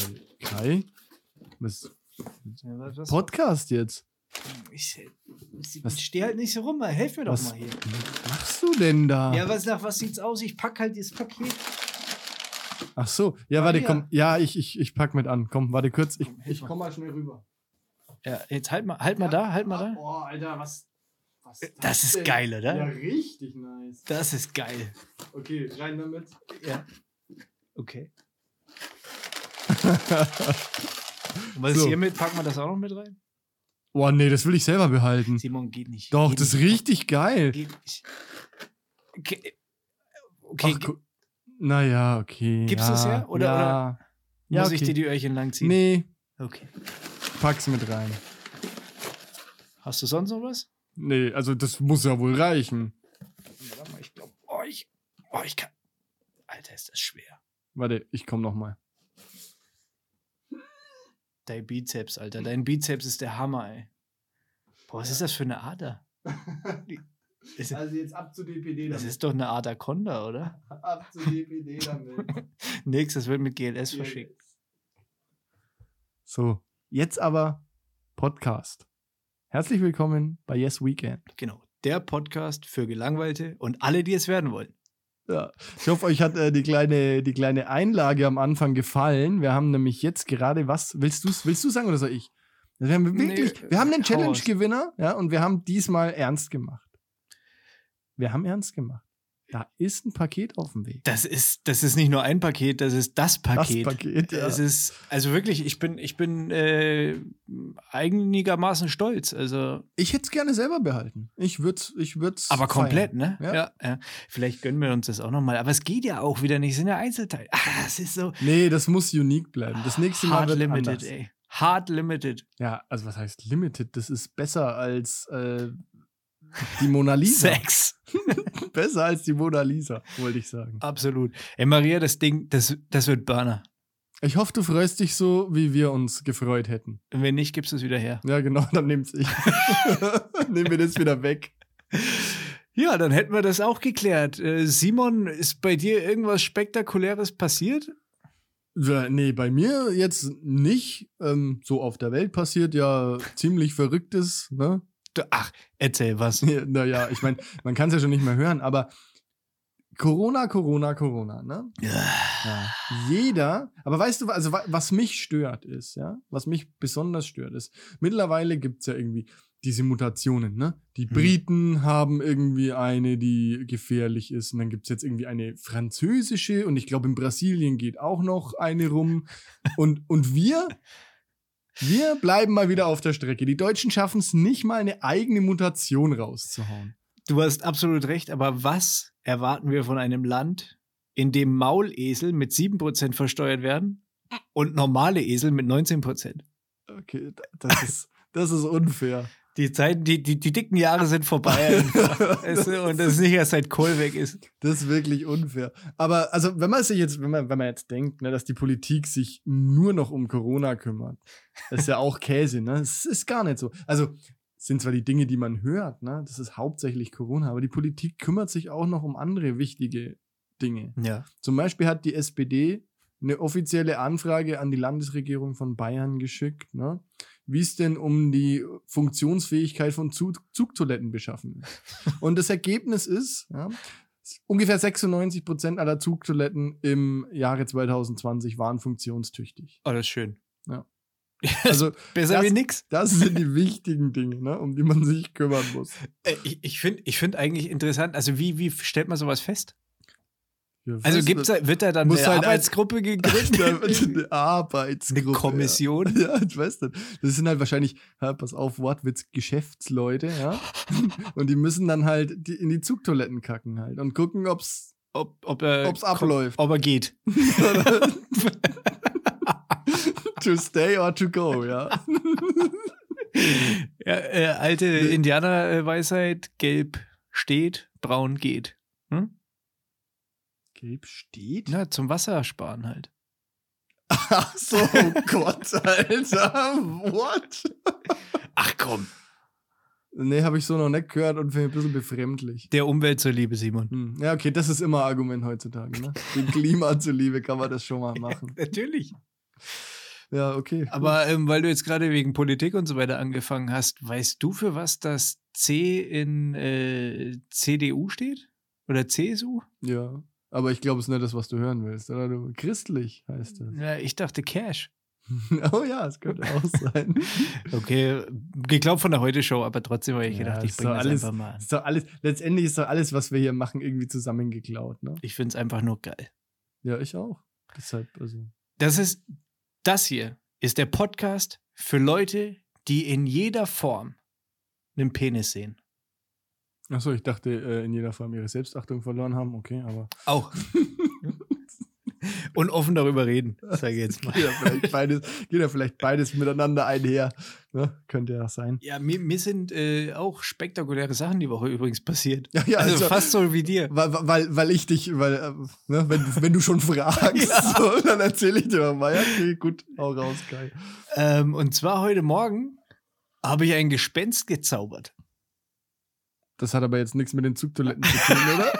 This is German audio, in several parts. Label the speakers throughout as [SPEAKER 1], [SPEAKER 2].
[SPEAKER 1] Ey, Kai? Was? Podcast jetzt?
[SPEAKER 2] Ich, ich,
[SPEAKER 1] Was-
[SPEAKER 2] ich stehe halt nicht so rum, ey. helf mir doch
[SPEAKER 1] Was
[SPEAKER 2] mal hier.
[SPEAKER 1] machst du denn da?
[SPEAKER 2] Ja, was, nach was sieht's aus? Ich pack halt dieses Paket.
[SPEAKER 1] Ach so. Ja, warte,
[SPEAKER 2] Maria.
[SPEAKER 1] komm. Ja, ich, ich, ich pack mit an. Komm, warte kurz. Ich,
[SPEAKER 2] ich
[SPEAKER 1] komm mal schnell rüber. Ah,
[SPEAKER 2] Ja, jetzt halt mal, halt mal da, halt mal da.
[SPEAKER 1] Boah, Alter, was. was
[SPEAKER 2] Das ist geil, ne? oder?
[SPEAKER 1] Ja, richtig nice.
[SPEAKER 2] Das ist geil.
[SPEAKER 1] Okay, rein damit.
[SPEAKER 2] Ja. Okay. Und was ist
[SPEAKER 1] So.
[SPEAKER 2] hiermit? Packen wir das auch noch mit rein?
[SPEAKER 1] Boah, nee, das will ich selber behalten.
[SPEAKER 2] Simon geht nicht.
[SPEAKER 1] Doch,
[SPEAKER 2] geht
[SPEAKER 1] das ist
[SPEAKER 2] nicht.
[SPEAKER 1] richtig geil.
[SPEAKER 2] Geht nicht. Okay. okay.
[SPEAKER 1] Ach, gu- naja, okay.
[SPEAKER 2] Gibst
[SPEAKER 1] ja,
[SPEAKER 2] du's her? Oder-
[SPEAKER 1] ja. ja,
[SPEAKER 2] muss
[SPEAKER 1] okay.
[SPEAKER 2] ich dir die Öhrchen langziehen?
[SPEAKER 1] Nee,
[SPEAKER 2] Okay.
[SPEAKER 1] pack's mit rein.
[SPEAKER 2] Hast du sonst noch was?
[SPEAKER 1] Nee, also das muss ja wohl reichen.
[SPEAKER 2] Warte mal, ich glaube, oh, ich, oh, ich kann. Alter, ist das schwer.
[SPEAKER 1] Warte, ich komm nochmal.
[SPEAKER 2] Dein Bizeps,
[SPEAKER 1] Hm.
[SPEAKER 2] Alter. Dein Bizeps ist der Hammer, ey. Boah, was ist das für eine Ader? Die- Ist,
[SPEAKER 1] Also jetzt ab zu DPD
[SPEAKER 2] das ist doch eine Adaconda, oder?
[SPEAKER 1] Ab zu DPD damit.
[SPEAKER 2] Nix, das wird mit GLS verschickt.
[SPEAKER 1] So, jetzt aber Podcast. Herzlich willkommen bei Yes Weekend.
[SPEAKER 2] Genau. Der Podcast für Gelangweilte und alle, die es werden wollen.
[SPEAKER 1] Ja. Ich hoffe, euch hat äh, die, kleine, die kleine Einlage am Anfang gefallen. Wir haben nämlich jetzt gerade was. Willst du willst du sagen oder soll ich? Wir haben wirklich,
[SPEAKER 2] Nee,
[SPEAKER 1] wir haben einen
[SPEAKER 2] hau raus.
[SPEAKER 1] Challenge-Gewinner, ja, und wir haben diesmal ernst gemacht. Wir haben ernst gemacht. Da ist ein Paket auf dem Weg.
[SPEAKER 2] Das ist, das ist nicht nur ein Paket, das ist das Paket.
[SPEAKER 1] Das Paket, ja.
[SPEAKER 2] Es ist, also wirklich, ich bin, ich bin äh, einigermaßen stolz. Also
[SPEAKER 1] Ich hätte es gerne selber behalten. Ich würde es ich würd's
[SPEAKER 2] Aber komplett, ne?
[SPEAKER 1] Ja.
[SPEAKER 2] ja. Vielleicht gönnen wir uns das auch nochmal. Aber es geht ja auch wieder nicht. Es sind ja Einzelteile. Ah, das ist so.
[SPEAKER 1] feiern. Nee, das muss unique bleiben. Das nächste Mal
[SPEAKER 2] hard
[SPEAKER 1] wird
[SPEAKER 2] limited,
[SPEAKER 1] anders.
[SPEAKER 2] ey. Hard limited.
[SPEAKER 1] Ja, also was heißt limited? Das ist besser als äh, die Mona Lisa.
[SPEAKER 2] Sex.
[SPEAKER 1] besser als die Mona Lisa, wollte ich sagen.
[SPEAKER 2] Absolut. Ey, Maria, das Ding, das, das wird Burner.
[SPEAKER 1] Ich hoffe, du freust dich so, wie wir uns gefreut hätten.
[SPEAKER 2] Wenn nicht, gibst du es wieder her.
[SPEAKER 1] Ja, genau, dann nehm's ich. Nehmen wir das wieder weg.
[SPEAKER 2] Ja, dann hätten wir das auch geklärt. Äh, Simon, ist bei dir irgendwas Spektakuläres passiert?
[SPEAKER 1] Ja, Nee, bei mir jetzt nicht. Ähm, so auf der Welt passiert ja ziemlich Verrücktes, ne?
[SPEAKER 2] Du, ach, erzähl was.
[SPEAKER 1] Ja, Naja, ich meine, man kann es ja schon nicht mehr hören, aber Corona, Corona, Corona, ne? Ja. Jeder, aber weißt du, also wa- was mich stört ist, ja, was mich besonders stört ist, mittlerweile gibt es ja irgendwie diese Mutationen, ne? Die
[SPEAKER 2] Mhm.
[SPEAKER 1] Briten haben irgendwie eine, die gefährlich ist und dann gibt es jetzt irgendwie eine französische und ich glaube in Brasilien geht auch noch eine rum und, und wir, wir bleiben mal wieder auf der Strecke. Die Deutschen schaffen es nicht mal eine eigene Mutation rauszuhauen.
[SPEAKER 2] Du hast absolut recht, aber was erwarten wir von einem Land, in dem Maulesel mit 7% versteuert werden und normale Esel mit 19%?
[SPEAKER 1] Okay, da- das ist, das ist unfair.
[SPEAKER 2] Die Zeiten, die, die, die dicken Jahre sind vorbei. Es- und das ist nicht erst seit Kohl weg ist.
[SPEAKER 1] Das ist wirklich unfair. Aber also, wenn man sich jetzt, wenn man, wenn man jetzt denkt, ne, dass die Politik sich nur noch um Corona kümmert, das ist ja auch Käse, ne? Es ist gar nicht so. Also es sind zwar die Dinge, die man hört, ne? Das ist hauptsächlich Corona, aber die Politik kümmert sich auch noch um andere wichtige Dinge.
[SPEAKER 2] Ja.
[SPEAKER 1] Zum Beispiel hat die SPD eine offizielle Anfrage an die Landesregierung von Bayern geschickt, ne? wie es denn um die Funktionsfähigkeit von Zug Zugtoiletten beschaffen ist. Und das Ergebnis ist, ja, ungefähr 96 Prozent aller Zugtoiletten im Jahre 2020 waren funktionstüchtig.
[SPEAKER 2] Oh, das ist schön.
[SPEAKER 1] Ja.
[SPEAKER 2] Also,
[SPEAKER 1] Also
[SPEAKER 2] Besser
[SPEAKER 1] das-
[SPEAKER 2] wie nix.
[SPEAKER 1] das sind die wichtigen Dinge, ne? um die man sich kümmern muss.
[SPEAKER 2] Äh, Ich, ich finde ich find eigentlich interessant, also wie, wie stellt man sowas fest?
[SPEAKER 1] Ja,
[SPEAKER 2] Also
[SPEAKER 1] weißt
[SPEAKER 2] gibt's
[SPEAKER 1] du,
[SPEAKER 2] da, wird da dann
[SPEAKER 1] Muss
[SPEAKER 2] eine
[SPEAKER 1] halt ein-
[SPEAKER 2] Arbeitsgruppe gegründet?
[SPEAKER 1] eine Arbeitsgruppe.
[SPEAKER 2] eine Kommission?
[SPEAKER 1] Ja, ich weiß nicht. Das sind halt wahrscheinlich, ja, pass auf, Wortwitz, Geschäftsleute, ja. Und die müssen dann halt die, in die Zugtoiletten kacken halt und gucken, ob's,
[SPEAKER 2] Ob, ob, äh,
[SPEAKER 1] ob's abläuft.
[SPEAKER 2] ob er geht.
[SPEAKER 1] to stay or to go, ja.
[SPEAKER 2] ja, äh, alte
[SPEAKER 1] Nee.
[SPEAKER 2] Indianerweisheit, gelb steht, braun geht. Hm?
[SPEAKER 1] Gelb steht?
[SPEAKER 2] Na, zum Wasser sparen halt.
[SPEAKER 1] Ach so, oh Gott, Alter, what?
[SPEAKER 2] Ach komm.
[SPEAKER 1] Nee, habe ich so noch nicht gehört und finde ich ein bisschen befremdlich.
[SPEAKER 2] Der Umwelt zur Liebe, Simon.
[SPEAKER 1] Hm. Ja, okay, das ist immer ein Argument heutzutage. Ne? Dem Klima zuliebe kann man das schon mal machen.
[SPEAKER 2] Natürlich.
[SPEAKER 1] Ja, okay.
[SPEAKER 2] Aber ähm, weil du jetzt gerade wegen Politik und so weiter angefangen hast, weißt du für was das C in äh, CDU steht? Oder CSU?
[SPEAKER 1] Ja. Aber ich glaube, es ist nicht das, was du hören willst, oder? Du, christlich heißt das.
[SPEAKER 2] Ja, ich dachte Cash.
[SPEAKER 1] oh ja, es könnte auch sein.
[SPEAKER 2] Okay, geglaubt von der Heute-Show, aber trotzdem habe ich
[SPEAKER 1] Ja,
[SPEAKER 2] gedacht, ich
[SPEAKER 1] ist
[SPEAKER 2] bringe
[SPEAKER 1] doch
[SPEAKER 2] das
[SPEAKER 1] alles-
[SPEAKER 2] einfach mal an.
[SPEAKER 1] ist doch alles, letztendlich ist doch alles, was wir hier machen, irgendwie zusammengeklaut, ne?
[SPEAKER 2] Ich finde es einfach nur geil.
[SPEAKER 1] Ja, ich auch. Deshalb, also.
[SPEAKER 2] Das ist, das hier ist der Podcast für Leute, die in jeder Form einen Penis sehen.
[SPEAKER 1] Achso, ich dachte, äh, in jeder Form ihre Selbstachtung verloren haben, okay, aber.
[SPEAKER 2] Auch. Und offen darüber reden, sage ich jetzt mal.
[SPEAKER 1] Geht ja vielleicht beides, geht ja vielleicht beides miteinander einher. Ne? Könnte ja sein.
[SPEAKER 2] Ja, mir, mir sind äh, auch spektakuläre Sachen die Woche übrigens passiert.
[SPEAKER 1] Ja, ja,
[SPEAKER 2] also,
[SPEAKER 1] also-
[SPEAKER 2] fast so wie dir.
[SPEAKER 1] Weil, weil, weil ich dich, weil, äh, ne, wenn, wenn du schon fragst,
[SPEAKER 2] Ja.
[SPEAKER 1] so, dann erzähle ich dir doch mal. Ja, okay, gut, hau raus, geil.
[SPEAKER 2] Ähm, und zwar heute Morgen habe ich ein Gespenst gezaubert.
[SPEAKER 1] Das hat aber jetzt nichts mit den Zugtoiletten zu tun, oder?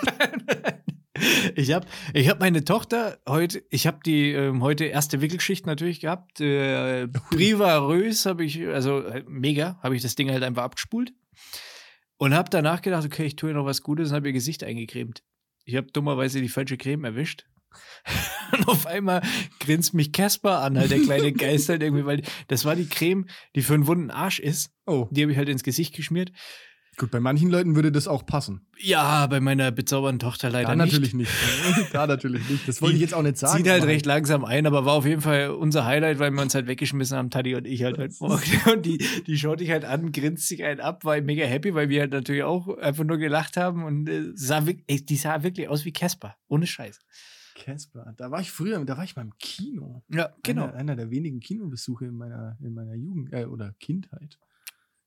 [SPEAKER 2] Ich habe ich hab meine Tochter heute, ich habe die ähm, heute erste Wickelschicht natürlich gehabt. Äh, privarös habe ich, also äh, mega, habe ich das Ding halt einfach abgespult. Und habe danach gedacht, okay, ich tue ihr noch was Gutes und habe ihr Gesicht eingecremt. Ich habe dummerweise die falsche Creme erwischt. Und auf einmal grinst mich Casper an, halt der kleine Geist halt irgendwie, weil das war die Creme, die für einen wunden Arsch ist.
[SPEAKER 1] Oh,
[SPEAKER 2] Die habe ich halt ins Gesicht geschmiert.
[SPEAKER 1] gut, bei manchen Leuten würde das auch passen.
[SPEAKER 2] Ja, bei meiner bezaubernden Tochter leider
[SPEAKER 1] Da
[SPEAKER 2] nicht.
[SPEAKER 1] natürlich nicht. da natürlich nicht. Das wollte ich jetzt auch nicht sagen.
[SPEAKER 2] Zieht halt
[SPEAKER 1] aber-
[SPEAKER 2] recht langsam ein, aber war auf jeden Fall unser Highlight, weil wir uns halt weggeschmissen haben, Tadi und ich halt. halt und die, die schaut dich halt an, grinst sich einen ab, war mega happy, weil wir halt natürlich auch einfach nur gelacht haben und äh, sah, wirk- ey, die sah wirklich aus wie Casper, ohne Scheiß.
[SPEAKER 1] Casper, da war ich früher, da war ich mal im Kino.
[SPEAKER 2] Ja, genau.
[SPEAKER 1] Einer, einer der wenigen Kinobesuche in meiner, in meiner Jugend äh, oder Kindheit.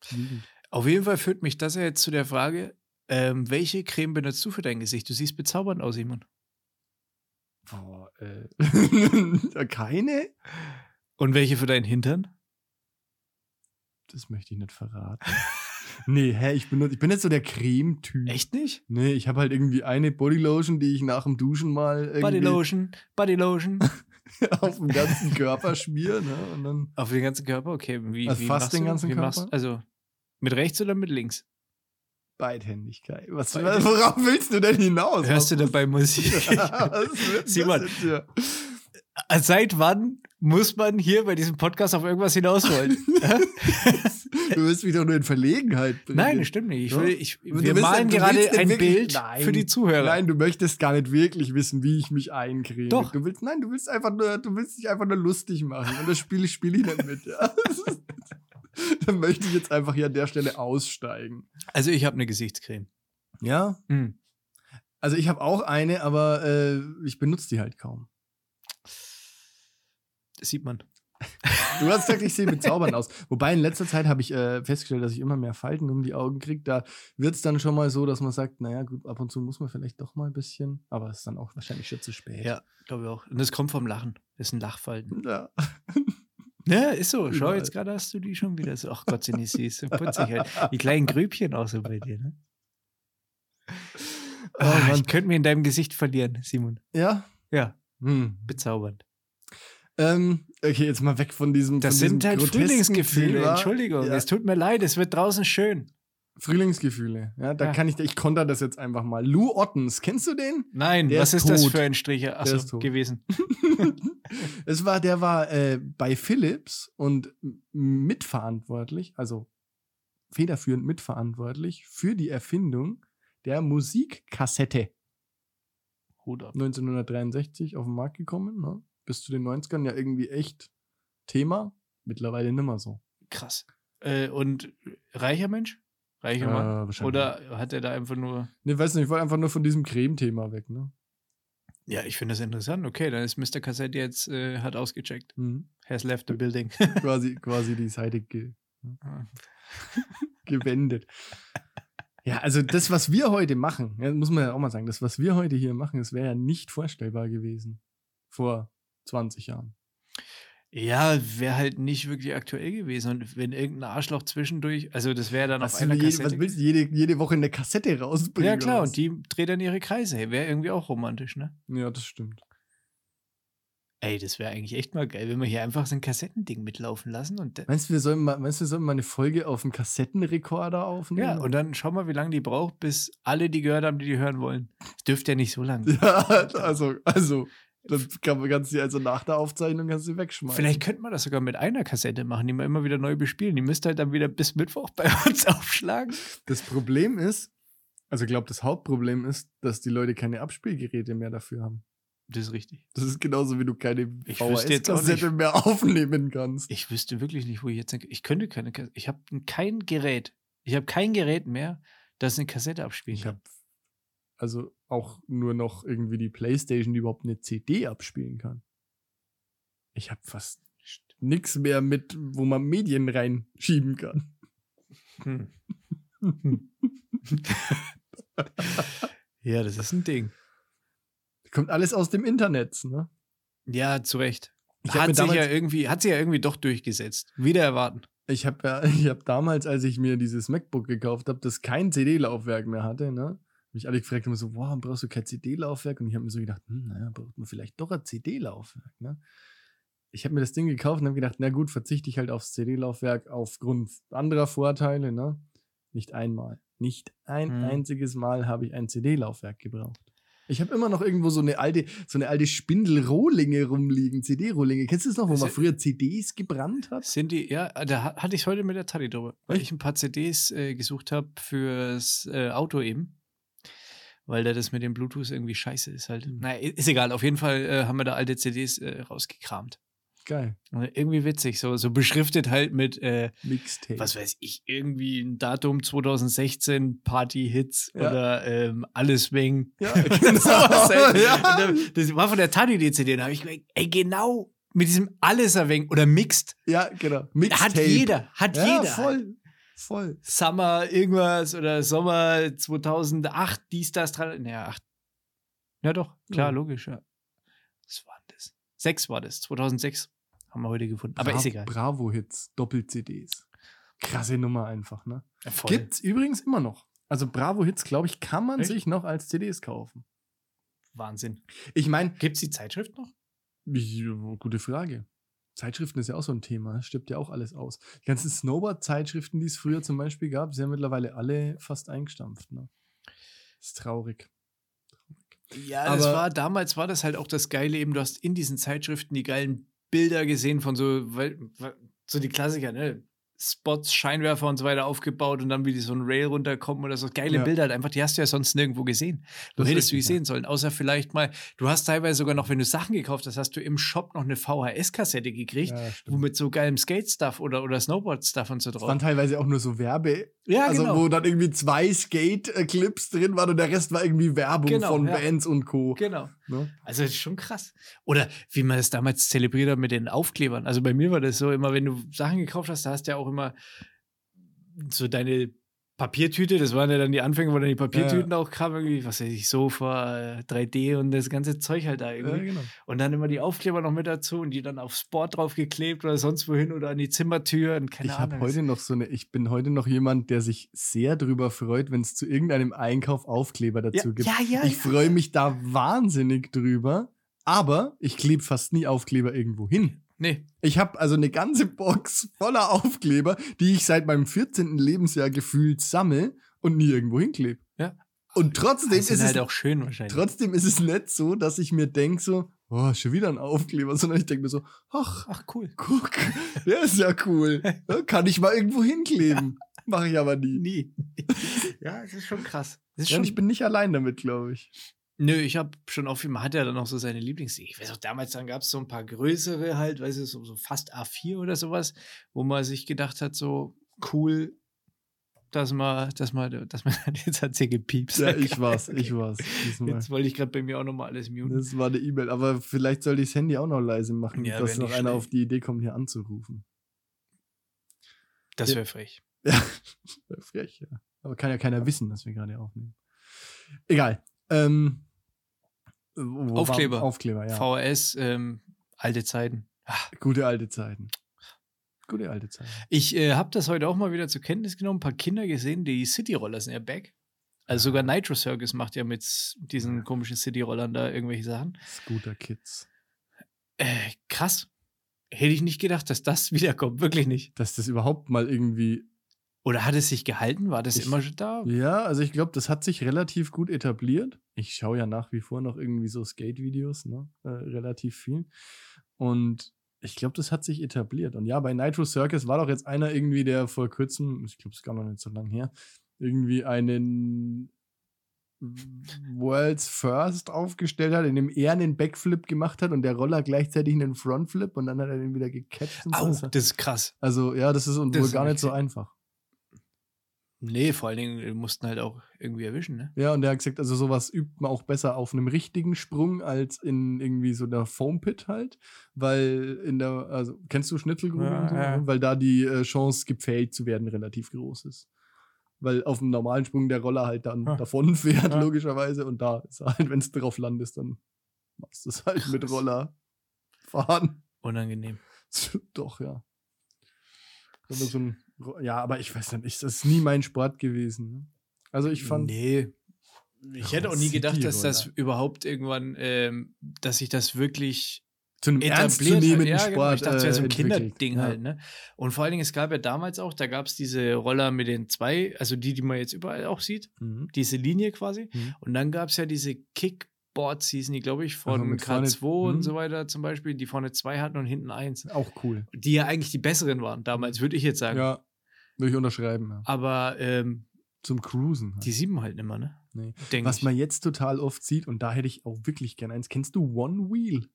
[SPEAKER 1] Jugend.
[SPEAKER 2] Auf jeden Fall führt mich das ja jetzt zu der Frage, ähm, welche Creme benutzt du für dein Gesicht? Du siehst bezaubernd aus, Simon.
[SPEAKER 1] Oh, äh. Keine?
[SPEAKER 2] Und welche für deinen Hintern?
[SPEAKER 1] Das möchte ich nicht verraten. nee, hä, ich, benutze, ich bin jetzt so der Cremetyp.
[SPEAKER 2] Echt nicht?
[SPEAKER 1] Nee, ich habe halt irgendwie eine Bodylotion, die ich nach dem Duschen mal irgendwie
[SPEAKER 2] Bodylotion, Bodylotion.
[SPEAKER 1] auf den ganzen Körper schmier. Ne? Und dann
[SPEAKER 2] Auf den ganzen Körper? Okay, wie,
[SPEAKER 1] Also
[SPEAKER 2] wie
[SPEAKER 1] fast
[SPEAKER 2] machst
[SPEAKER 1] den
[SPEAKER 2] du das?
[SPEAKER 1] ganzen
[SPEAKER 2] wie machst-
[SPEAKER 1] Körper?
[SPEAKER 2] Also mit rechts oder mit links?
[SPEAKER 1] Beidhändigkeit. Was,
[SPEAKER 2] Beidhändigkeit.
[SPEAKER 1] worauf willst du denn hinaus?
[SPEAKER 2] Hörst du dabei Musik?
[SPEAKER 1] Was wird das
[SPEAKER 2] Simon.
[SPEAKER 1] jetzt hier?
[SPEAKER 2] Seit wann muss man hier bei diesem Podcast auf irgendwas hinaus wollen?
[SPEAKER 1] Du wirst mich doch nur in Verlegenheit bringen.
[SPEAKER 2] Nein, das stimmt nicht. Ich will, ich,
[SPEAKER 1] Du
[SPEAKER 2] wir
[SPEAKER 1] willst-
[SPEAKER 2] malen
[SPEAKER 1] du
[SPEAKER 2] gerade
[SPEAKER 1] willst denn
[SPEAKER 2] ein
[SPEAKER 1] wirklich-
[SPEAKER 2] Bild
[SPEAKER 1] Nein.
[SPEAKER 2] für die Zuhörer.
[SPEAKER 1] Nein, du möchtest gar nicht wirklich wissen, wie ich mich eincreme.
[SPEAKER 2] Doch.
[SPEAKER 1] Du willst, nein, du willst einfach nur, du willst dich einfach nur lustig machen. Und das Spiel spiele ich nicht mit. Ja. Dann möchte ich jetzt einfach hier an der Stelle aussteigen.
[SPEAKER 2] Also ich habe eine Gesichtscreme.
[SPEAKER 1] Ja.
[SPEAKER 2] Hm.
[SPEAKER 1] Also ich habe auch eine, aber äh, ich benutze die halt kaum.
[SPEAKER 2] Das sieht man.
[SPEAKER 1] Du hast gesagt, ich sehe mit Zaubern aus. Wobei in letzter Zeit habe ich äh, festgestellt, dass ich immer mehr Falten um die Augen kriege. Da wird es dann schon mal so, dass man sagt, naja, gut, ab und zu muss man vielleicht doch mal ein bisschen. Aber es ist dann auch wahrscheinlich schon zu spät.
[SPEAKER 2] Ja, glaube ich auch. Und das kommt vom Lachen. Das ist ein Lachfalten.
[SPEAKER 1] Ja.
[SPEAKER 2] Ja, ist so. Schau,
[SPEAKER 1] Überall.
[SPEAKER 2] jetzt gerade hast du die schon wieder so. Ach Gott, sind die süß. So Putzig halt. Die kleinen Grübchen auch so bei dir, ne?
[SPEAKER 1] Oh,
[SPEAKER 2] Ah,
[SPEAKER 1] Mann.
[SPEAKER 2] ich könnte mir in deinem Gesicht verlieren, Simon.
[SPEAKER 1] Ja?
[SPEAKER 2] Ja,
[SPEAKER 1] Hm.
[SPEAKER 2] bezaubernd.
[SPEAKER 1] Ähm, okay, jetzt mal weg von diesem.
[SPEAKER 2] Das
[SPEAKER 1] von
[SPEAKER 2] sind
[SPEAKER 1] diesem
[SPEAKER 2] halt
[SPEAKER 1] grotesken
[SPEAKER 2] Frühlingsgefühle.
[SPEAKER 1] Thema.
[SPEAKER 2] Entschuldigung,
[SPEAKER 1] Ja.
[SPEAKER 2] es tut mir leid, es wird draußen schön.
[SPEAKER 1] Frühlingsgefühle. Ja, da
[SPEAKER 2] Ja.
[SPEAKER 1] kann ich, ich konter das jetzt einfach mal. Lou Ottens, kennst du den?
[SPEAKER 2] Nein,
[SPEAKER 1] Der
[SPEAKER 2] was
[SPEAKER 1] ist
[SPEAKER 2] ist das
[SPEAKER 1] tot.
[SPEAKER 2] für ein Stricher?
[SPEAKER 1] Der ist
[SPEAKER 2] Achso,
[SPEAKER 1] tot.
[SPEAKER 2] gewesen.
[SPEAKER 1] Es war, der war äh, bei Philips und m- mitverantwortlich, also federführend mitverantwortlich für die Erfindung der Musikkassette.
[SPEAKER 2] Hut ab.
[SPEAKER 1] 1963 auf den Markt gekommen, ne? bis zu den 90ern ja irgendwie echt Thema. Mittlerweile nimmer so.
[SPEAKER 2] Krass. Äh, und reicher Mensch? Reicher
[SPEAKER 1] Äh,
[SPEAKER 2] Mann?
[SPEAKER 1] wahrscheinlich.
[SPEAKER 2] Oder hat er da einfach nur.
[SPEAKER 1] Nee, weiß nicht, ich wollte einfach nur von diesem Creme-Thema weg, ne?
[SPEAKER 2] Ja, ich finde das interessant. Okay, dann ist Mr. Cassette jetzt, äh, hat ausgecheckt.
[SPEAKER 1] Mhm.
[SPEAKER 2] Has left the building.
[SPEAKER 1] quasi, quasi die Seite ge hm, gewendet. Ja, also das, was wir heute machen, ja, muss man ja auch mal sagen, das, was wir heute hier machen, das wäre ja nicht vorstellbar gewesen vor 20 Jahren.
[SPEAKER 2] Ja, wäre halt nicht wirklich aktuell gewesen. Und wenn irgendein Arschloch zwischendurch, also das wäre dann
[SPEAKER 1] Was,
[SPEAKER 2] auf einer
[SPEAKER 1] du je,
[SPEAKER 2] Kassette.
[SPEAKER 1] was willst du jede, jede Woche eine Kassette rausbringen?
[SPEAKER 2] ja, klar,
[SPEAKER 1] oder was?
[SPEAKER 2] und die dreht dann ihre Kreise. Hey, wäre irgendwie auch romantisch, ne?
[SPEAKER 1] Ja, das stimmt.
[SPEAKER 2] Ey, das wäre eigentlich echt mal geil, wenn wir hier einfach so ein Kassettending mitlaufen lassen und da-
[SPEAKER 1] Meinst du, wir sollen mal, meinst du, wir sollen mal eine Folge auf dem Kassettenrekorder aufnehmen?
[SPEAKER 2] ja, und dann schau mal, wie lange die braucht, bis alle die gehört haben, die die hören wollen. Es dürfte ja nicht so lange.
[SPEAKER 1] Ja, also, also, dann kann man ganz, also nach der Aufzeichnung kannst du wegschmeißen.
[SPEAKER 2] Vielleicht könnte man das sogar mit einer Kassette machen, die man immer wieder neu bespielen. Die müsste halt dann wieder bis Mittwoch bei uns aufschlagen.
[SPEAKER 1] Das Problem ist, also ich glaube, das Hauptproblem ist, dass die Leute keine Abspielgeräte mehr dafür haben.
[SPEAKER 2] Das ist richtig.
[SPEAKER 1] Das ist genauso, wie du keine
[SPEAKER 2] Ich wüsste jetzt auch
[SPEAKER 1] VHS-Kassette
[SPEAKER 2] nicht.
[SPEAKER 1] mehr aufnehmen kannst.
[SPEAKER 2] Ich wüsste wirklich nicht, wo ich jetzt. eine- Ich könnte keine Kassette. Ich habe kein Gerät. Ich habe kein Gerät mehr, das eine Kassette abspielen
[SPEAKER 1] Ich
[SPEAKER 2] kann.
[SPEAKER 1] habe also auch nur noch irgendwie die Playstation, die überhaupt eine CD abspielen kann. Ich habe fast nichts mehr mit, wo man Medien reinschieben kann.
[SPEAKER 2] Hm. Hm. ja, das ist ein Ding.
[SPEAKER 1] Kommt alles aus dem Internet, ne?
[SPEAKER 2] Ja, zu Recht.
[SPEAKER 1] Ich hab mir
[SPEAKER 2] Hat sich, ja
[SPEAKER 1] damals-
[SPEAKER 2] irgendwie, hat sich ja irgendwie doch durchgesetzt. Wieder erwarten.
[SPEAKER 1] Ich habe ja, ich hab damals, als ich mir dieses MacBook gekauft habe, das kein CD-Laufwerk mehr hatte, ne? Mich alle gefragt haben so, wow, brauchst du kein CD-Laufwerk? Und ich habe mir so gedacht, hm, naja, braucht man vielleicht doch ein CD-Laufwerk, ne? Ich habe mir das Ding gekauft und habe gedacht, na gut, verzichte ich halt aufs CD-Laufwerk aufgrund anderer Vorteile, ne? Nicht einmal. Nicht ein
[SPEAKER 2] Hm.
[SPEAKER 1] einziges Mal habe ich ein CD-Laufwerk gebraucht. Ich habe immer noch irgendwo so eine alte, so eine alte Spindel-Rohlinge rumliegen, CD-Rohlinge. Kennst du das noch, wo
[SPEAKER 2] Ist
[SPEAKER 1] man
[SPEAKER 2] ja-
[SPEAKER 1] früher CDs gebrannt hat?
[SPEAKER 2] Sind die, ja, äh, da ha- hatte ich heute mit der Tati drüber, weil
[SPEAKER 1] Echt?
[SPEAKER 2] ich ein paar CDs äh, gesucht habe fürs äh, Auto eben. Weil da das mit dem Bluetooth irgendwie scheiße ist halt.
[SPEAKER 1] Mhm.
[SPEAKER 2] Naja, i- ist egal. Auf jeden Fall äh, haben wir da alte CDs äh, rausgekramt.
[SPEAKER 1] Geil.
[SPEAKER 2] Und irgendwie witzig, so, so beschriftet halt mit, äh,
[SPEAKER 1] Mixtape.
[SPEAKER 2] was weiß ich, irgendwie ein Datum 2016, Party-Hits
[SPEAKER 1] Ja.
[SPEAKER 2] oder ähm, alles wegen.
[SPEAKER 1] Ja,
[SPEAKER 2] Genau.
[SPEAKER 1] genau.
[SPEAKER 2] Und dann, das war von der Tati die CD. Da habe ich gedacht, ey, genau mit diesem alles erwägen oder mixed.
[SPEAKER 1] ja, genau.
[SPEAKER 2] Hat
[SPEAKER 1] Mixtape.
[SPEAKER 2] jeder, hat
[SPEAKER 1] Ja,
[SPEAKER 2] jeder.
[SPEAKER 1] voll. Voll.
[SPEAKER 2] Summer irgendwas oder Sommer 2008, dies, das, dran. Naja, acht. Ja, doch,
[SPEAKER 1] Ja.
[SPEAKER 2] klar, logisch, ja. Was war denn das? Sechs war das, 2006 haben wir heute gefunden. Aber
[SPEAKER 1] Bra-
[SPEAKER 2] ist egal.
[SPEAKER 1] Bravo-Hits, Doppel-CDs. Krasse Nummer einfach, ne?
[SPEAKER 2] Voll.
[SPEAKER 1] Gibt's übrigens immer noch. Also Bravo-Hits, glaube ich, kann man
[SPEAKER 2] Echt?
[SPEAKER 1] sich noch als CDs kaufen.
[SPEAKER 2] Wahnsinn.
[SPEAKER 1] Ich meine,
[SPEAKER 2] Gibt es die Zeitschrift noch?
[SPEAKER 1] gute Frage. Zeitschriften ist ja auch so ein Thema, das stirbt ja auch alles aus. Die ganzen Snowboard-Zeitschriften, die es früher zum Beispiel gab, sind ja mittlerweile alle fast eingestampft. Ne? Ist traurig.
[SPEAKER 2] Ja, das
[SPEAKER 1] Aber-
[SPEAKER 2] war damals war das halt auch das Geile eben. Du hast in diesen Zeitschriften die geilen Bilder gesehen von so, weil, weil, so die Klassiker, ne? Spots, Scheinwerfer und so weiter aufgebaut und dann wie die so ein Rail runterkommen oder so. Geile
[SPEAKER 1] Ja.
[SPEAKER 2] Bilder halt einfach, die hast du ja sonst nirgendwo gesehen. Du
[SPEAKER 1] Das ist
[SPEAKER 2] hättest du
[SPEAKER 1] richtig,
[SPEAKER 2] gesehen sollen, außer vielleicht mal, du hast teilweise sogar noch, wenn du Sachen gekauft hast, hast du im Shop noch eine VHS-Kassette gekriegt,
[SPEAKER 1] Ja, stimmt.
[SPEAKER 2] wo mit so geilem Skate-Stuff oder, oder Snowboard-Stuff und so
[SPEAKER 1] Es waren
[SPEAKER 2] drauf.
[SPEAKER 1] teilweise auch nur so Werbe,
[SPEAKER 2] Ja, genau.
[SPEAKER 1] also wo dann irgendwie zwei Skate-Clips drin waren und der Rest war irgendwie Werbung
[SPEAKER 2] Genau,
[SPEAKER 1] von
[SPEAKER 2] ja.
[SPEAKER 1] Bands und Co.
[SPEAKER 2] genau.
[SPEAKER 1] Ne?
[SPEAKER 2] Also das ist schon krass. Oder wie man es damals zelebriert hat mit den Aufklebern. Also bei mir war das so immer, wenn du Sachen gekauft hast, da hast du ja auch immer so deine Papiertüte, das waren ja dann die Anfänge, wo dann die Papiertüten auch kamen, irgendwie, was weiß ich, Sofa, äh, 3D und das ganze Zeug halt da irgendwie.
[SPEAKER 1] genau.
[SPEAKER 2] Und dann immer die Aufkleber noch mit dazu und die dann aufs Board draufgeklebt oder sonst wohin oder an die Zimmertür und keine
[SPEAKER 1] Ich
[SPEAKER 2] Ahnung.
[SPEAKER 1] habe heute noch so eine, ich bin heute noch jemand, der sich sehr drüber freut, wenn es zu irgendeinem Einkauf Aufkleber
[SPEAKER 2] ja,
[SPEAKER 1] dazu gibt.
[SPEAKER 2] ja, ja,
[SPEAKER 1] ich freue mich da wahnsinnig drüber, aber ich klebe fast nie Aufkleber irgendwo hin.
[SPEAKER 2] Nee,
[SPEAKER 1] Ich habe also eine ganze Box voller Aufkleber, die ich seit meinem 14. Lebensjahr gefühlt sammel und nie irgendwo hinklebe.
[SPEAKER 2] Ja.
[SPEAKER 1] Und trotzdem
[SPEAKER 2] das
[SPEAKER 1] ist
[SPEAKER 2] ist
[SPEAKER 1] es
[SPEAKER 2] halt auch schön wahrscheinlich.
[SPEAKER 1] Trotzdem ist es nicht so, dass ich mir denke so, oh, schon wieder ein Aufkleber, sondern ich denke mir so, ach,
[SPEAKER 2] Ach cool.
[SPEAKER 1] guck, der ist ja cool. Ja, Kann ich mal irgendwo hinkleben. Mache ich aber nie.
[SPEAKER 2] Nie. ja, es ist schon krass. Es ist
[SPEAKER 1] Ja, und ich bin nicht allein damit, glaube ich.
[SPEAKER 2] Nö, ich habe schon oft, man hat ja dann auch so seine Lieblingsdinge. Ich weiß auch, damals dann gab es so ein paar größere halt, weißt du, so, so fast A4 oder sowas, wo man sich gedacht hat, so cool, dass man, dass man, dass man, jetzt hat's hier gepiepst.
[SPEAKER 1] Ja, ich war's,
[SPEAKER 2] Okay.
[SPEAKER 1] ich war's. Diesmal.
[SPEAKER 2] Jetzt wollte ich gerade bei mir auch nochmal alles muten.
[SPEAKER 1] Das war eine E-Mail, aber vielleicht sollte ich das Handy auch noch leise machen,
[SPEAKER 2] Ja,
[SPEAKER 1] dass
[SPEAKER 2] wär
[SPEAKER 1] noch
[SPEAKER 2] nicht
[SPEAKER 1] einer
[SPEAKER 2] schlecht.
[SPEAKER 1] auf die Idee kommt, hier anzurufen.
[SPEAKER 2] Das wäre frech.
[SPEAKER 1] Ja, wär frech, ja. Aber kann ja keiner wissen, dass wir gerade aufnehmen. Egal. Ähm, wo- wo war-
[SPEAKER 2] Aufkleber.
[SPEAKER 1] Aufkleber, ja.
[SPEAKER 2] VHS, ähm, alte Zeiten.
[SPEAKER 1] Gute alte Zeiten. Gute alte Zeiten.
[SPEAKER 2] Ich äh, habe das heute auch mal wieder zur Kenntnis genommen. Ein paar Kinder gesehen, die Cityroller sind ja back. Also sogar Nitro Circus macht ja mit diesen komischen Cityrollern da irgendwelche Sachen.
[SPEAKER 1] Scooter Kids.
[SPEAKER 2] Äh, krass. Hätte ich nicht gedacht, dass das wiederkommt. Wirklich nicht.
[SPEAKER 1] Dass das überhaupt mal irgendwie.
[SPEAKER 2] Oder hat es sich gehalten? War das
[SPEAKER 1] Ich-
[SPEAKER 2] immer schon da?
[SPEAKER 1] Ja, also ich glaube, das hat sich relativ gut etabliert. Ich schaue ja nach wie vor noch irgendwie so Skate-Videos, ne? Äh, relativ viel. Und ich glaube, das hat sich etabliert. Und ja, bei Nitro Circus war doch jetzt einer irgendwie, der vor kurzem, ich glaube, es gar noch nicht so lange her, irgendwie einen World's First aufgestellt hat, in dem er einen Backflip gemacht hat und der Roller gleichzeitig einen Frontflip und dann hat er den wieder gecatcht. Und so.
[SPEAKER 2] Au,
[SPEAKER 1] Also-
[SPEAKER 2] das ist krass.
[SPEAKER 1] Also ja, das ist und
[SPEAKER 2] Das
[SPEAKER 1] wohl
[SPEAKER 2] ist
[SPEAKER 1] gar nicht
[SPEAKER 2] richtig.
[SPEAKER 1] so einfach.
[SPEAKER 2] Nee, vor allen Dingen die mussten halt auch irgendwie erwischen, ne?
[SPEAKER 1] Ja, und er hat gesagt, also sowas übt man auch besser auf einem richtigen Sprung als in irgendwie so einer Foam Pit halt, weil in der, also kennst du Schnitzelgrube?
[SPEAKER 2] Ja,
[SPEAKER 1] und so,
[SPEAKER 2] ja.
[SPEAKER 1] ne? Weil da die äh, Chance, gefällt zu werden, relativ groß ist. Weil auf dem normalen Sprung der Roller halt dann
[SPEAKER 2] Ja.
[SPEAKER 1] davon fährt,
[SPEAKER 2] Ja.
[SPEAKER 1] logischerweise, und da ist halt, wenn es drauf landest, dann machst du es halt mit
[SPEAKER 2] Krass.
[SPEAKER 1] Roller fahren.
[SPEAKER 2] Unangenehm.
[SPEAKER 1] Doch, ja. Wenn man so ein, Ro- ja, aber ich weiß nicht, ich, das ist nie mein Sport gewesen. ne? Also ich fand,
[SPEAKER 2] Nee. Ich hätte auch nie gedacht, dass das
[SPEAKER 1] Cityroller.
[SPEAKER 2] überhaupt irgendwann, ähm, dass sich das wirklich
[SPEAKER 1] zu einem
[SPEAKER 2] etabliert hat.
[SPEAKER 1] ernstzunehmenden
[SPEAKER 2] Ja, genau.
[SPEAKER 1] Sport
[SPEAKER 2] Ich dachte, es wäre so ein
[SPEAKER 1] äh, entwickelt.
[SPEAKER 2] Kinderding
[SPEAKER 1] ja.
[SPEAKER 2] halt, ne? Und vor allen Dingen, es gab ja damals auch, da gab es diese Roller mit den zwei, also die, die man jetzt überall auch sieht,
[SPEAKER 1] Mhm.
[SPEAKER 2] diese Linie quasi.
[SPEAKER 1] Mhm.
[SPEAKER 2] Und dann gab es ja diese Kickboards, hießen die, glaube ich, von
[SPEAKER 1] Also mit vorne-
[SPEAKER 2] K2 und
[SPEAKER 1] Mhm.
[SPEAKER 2] so weiter zum Beispiel, die vorne zwei hatten und hinten eins.
[SPEAKER 1] Auch cool.
[SPEAKER 2] Die ja eigentlich die besseren waren damals, würde ich jetzt sagen.
[SPEAKER 1] Ja, würde ich unterschreiben. Ja.
[SPEAKER 2] Aber ähm,
[SPEAKER 1] Zum Cruisen. Halt.
[SPEAKER 2] die sieben halt nimmer, ne?
[SPEAKER 1] Nee.
[SPEAKER 2] Denk
[SPEAKER 1] Was
[SPEAKER 2] ich.
[SPEAKER 1] man jetzt total oft sieht, und da hätte ich auch wirklich gern eins. Kennst du One Wheel?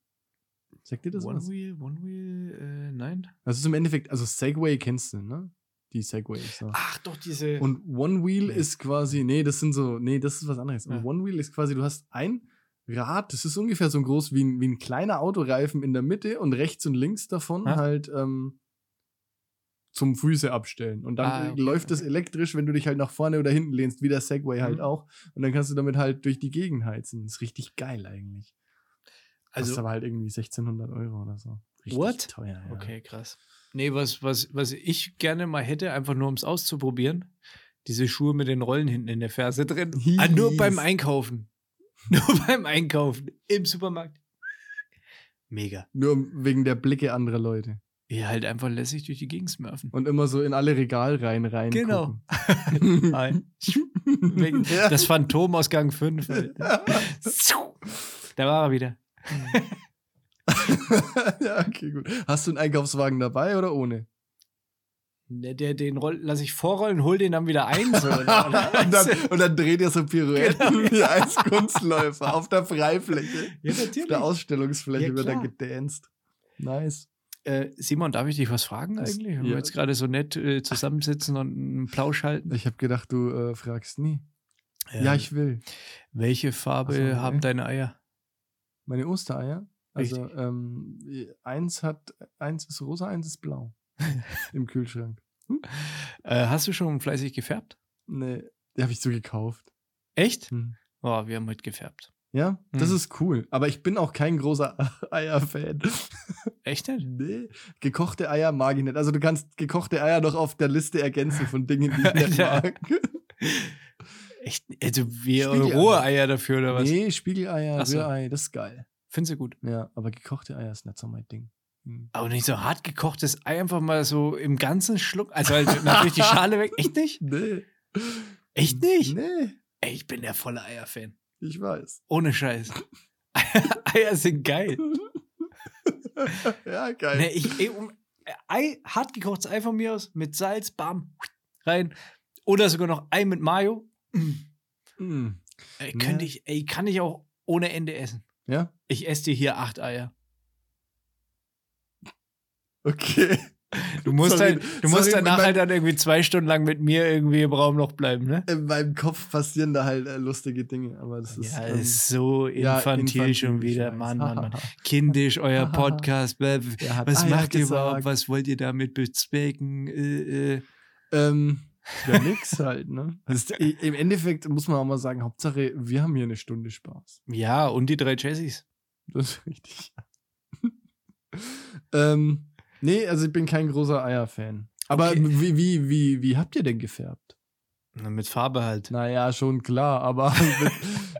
[SPEAKER 1] Sagt dir das
[SPEAKER 2] One
[SPEAKER 1] was?
[SPEAKER 2] Wheel, One Wheel, äh, nein.
[SPEAKER 1] Das ist im Endeffekt, also Segway kennst du, ne? Die Segway. So.
[SPEAKER 2] Ach, doch, diese. also
[SPEAKER 1] Und One Wheel
[SPEAKER 2] Nee.
[SPEAKER 1] ist quasi, nee, das sind so, nee, das ist was anderes.
[SPEAKER 2] Ja.
[SPEAKER 1] Und One Wheel ist quasi, du hast ein Rad, das ist ungefähr so groß wie ein, wie ein kleiner Autoreifen in der Mitte und rechts und links davon
[SPEAKER 2] Ja.
[SPEAKER 1] halt ähm, zum Füße abstellen. Und dann
[SPEAKER 2] Ah, okay,
[SPEAKER 1] läuft das
[SPEAKER 2] okay.
[SPEAKER 1] elektrisch, wenn du dich halt nach vorne oder hinten lehnst, wie der Segway halt
[SPEAKER 2] Mhm.
[SPEAKER 1] auch. Und dann kannst du damit halt durch die Gegend heizen. Das ist richtig geil eigentlich. Also, das
[SPEAKER 2] also,
[SPEAKER 1] aber halt irgendwie 1600 Euro oder so. Richtig
[SPEAKER 2] What?
[SPEAKER 1] teuer, ja.
[SPEAKER 2] okay, krass. Nee, was, was, was ich gerne mal hätte, einfach nur um es auszuprobieren, diese Schuhe mit den Rollen hinten in der Ferse drin.
[SPEAKER 1] Hihi.
[SPEAKER 2] Ah, nur beim Einkaufen. Nur beim Einkaufen im Supermarkt. Mega.
[SPEAKER 1] Nur wegen der Blicke anderer Leute.
[SPEAKER 2] Ja, halt einfach lässig durch die Gegend smurfen.
[SPEAKER 1] Und immer so in alle Regalreihen rein.
[SPEAKER 2] Genau. Nein. Wegen-
[SPEAKER 1] Ja.
[SPEAKER 2] Das Phantom aus Gang 5. Da war er wieder.
[SPEAKER 1] ja, okay, gut. Hast du einen Einkaufswagen dabei oder ohne?
[SPEAKER 2] Der, der, den roll, lass ich vorrollen, hol den dann wieder ein. So, ne?
[SPEAKER 1] und, dann, und dann dreht ihr so Pirouetten
[SPEAKER 2] Genau.
[SPEAKER 1] wie als Kunstläufer auf der Freifläche.
[SPEAKER 2] ja,
[SPEAKER 1] Auf der
[SPEAKER 2] natürlich.
[SPEAKER 1] Ausstellungsfläche
[SPEAKER 2] Ja,
[SPEAKER 1] wird dann
[SPEAKER 2] klar.
[SPEAKER 1] gedanced. Nice.
[SPEAKER 2] Äh, Simon, darf ich dich was fragen
[SPEAKER 1] Das-
[SPEAKER 2] eigentlich? Wenn wir
[SPEAKER 1] ja.
[SPEAKER 2] jetzt gerade so nett äh, zusammensitzen und einen Plausch halten.
[SPEAKER 1] Ich habe gedacht, du äh, fragst nie.
[SPEAKER 2] Äh,
[SPEAKER 1] ja, ich will.
[SPEAKER 2] welche Farbe
[SPEAKER 1] Ach so, okay.
[SPEAKER 2] haben deine Eier?
[SPEAKER 1] Meine Ostereier. Also
[SPEAKER 2] Richtig.
[SPEAKER 1] ähm, eins hat, eins ist rosa, eins ist blau. Im Kühlschrank.
[SPEAKER 2] Äh, hast du schon fleißig gefärbt?
[SPEAKER 1] Nee, die habe ich so gekauft.
[SPEAKER 2] Echt?
[SPEAKER 1] Hm.
[SPEAKER 2] Oh, wir haben heute gefärbt.
[SPEAKER 1] Ja, das
[SPEAKER 2] Hm.
[SPEAKER 1] ist cool. Aber ich bin auch kein großer Eier-Fan.
[SPEAKER 2] Echt nicht?
[SPEAKER 1] nee, Ne? gekochte Eier mag ich nicht. Also du kannst gekochte Eier noch auf der Liste ergänzen von Dingen, die ich nicht
[SPEAKER 2] Alter,
[SPEAKER 1] mag.
[SPEAKER 2] Echt? Also wir
[SPEAKER 1] Spiegeleier.
[SPEAKER 2] rohe Eier dafür oder was?
[SPEAKER 1] Nee, Spiegeleier,
[SPEAKER 2] Ach so.
[SPEAKER 1] Rührei, das ist geil.
[SPEAKER 2] Findest du gut.
[SPEAKER 1] Ja, aber gekochte Eier ist nicht so mein Ding. Hm.
[SPEAKER 2] Aber nicht so hart gekochtes Ei einfach mal so im ganzen Schluck. Also halt natürlich die Schale weg. Echt nicht?
[SPEAKER 1] Nee.
[SPEAKER 2] Echt nicht?
[SPEAKER 1] Nee,
[SPEAKER 2] Ey, ich bin der volle Eier-Fan.
[SPEAKER 1] Ne? ich weiß.
[SPEAKER 2] Ohne Scheiß. Eier sind geil.
[SPEAKER 1] ja, geil.
[SPEAKER 2] Nee, ich, ey, um, Ei, hart gekochtes Ei von mir aus, mit Salz, bam, rein. Oder sogar noch Ei mit Mayo.
[SPEAKER 1] Hm.
[SPEAKER 2] Ey,
[SPEAKER 1] Nee.
[SPEAKER 2] könnte ich, ey, kann ich auch ohne Ende essen.
[SPEAKER 1] Ja,
[SPEAKER 2] Ich esse dir hier acht Eier.
[SPEAKER 1] okay.
[SPEAKER 2] Du musst,
[SPEAKER 1] Sorry,
[SPEAKER 2] halt, du musst
[SPEAKER 1] sorry,
[SPEAKER 2] danach
[SPEAKER 1] mein-
[SPEAKER 2] halt dann irgendwie zwei Stunden lang mit mir irgendwie im Raum noch bleiben, ne?
[SPEAKER 1] In meinem Kopf passieren da halt äh, lustige Dinge, aber das ist.
[SPEAKER 2] ja,
[SPEAKER 1] ähm,
[SPEAKER 2] ist so
[SPEAKER 1] ja,
[SPEAKER 2] infantil schon wieder.
[SPEAKER 1] Scheiß.
[SPEAKER 2] Mann, Mann, Mann. Kindisch, euer Podcast. bäh, bäh.
[SPEAKER 1] Er hat
[SPEAKER 2] Was
[SPEAKER 1] Eier
[SPEAKER 2] macht ihr überhaupt?
[SPEAKER 1] gesagt.
[SPEAKER 2] Was wollt ihr damit bezwecken? Äh, äh.
[SPEAKER 1] Ähm, ja, nix halt, ne? Also, i- Im Endeffekt muss man auch mal sagen, Hauptsache, wir haben hier eine Stunde Spaß.
[SPEAKER 2] Ja, und die drei Chassis.
[SPEAKER 1] Das ist richtig. ähm, nee, also ich bin kein großer Eier-Fan. Aber
[SPEAKER 2] Okay.
[SPEAKER 1] wie, wie, wie, wie habt ihr denn gefärbt?
[SPEAKER 2] Na, Mit Farbe halt.
[SPEAKER 1] Naja, schon klar, aber mit,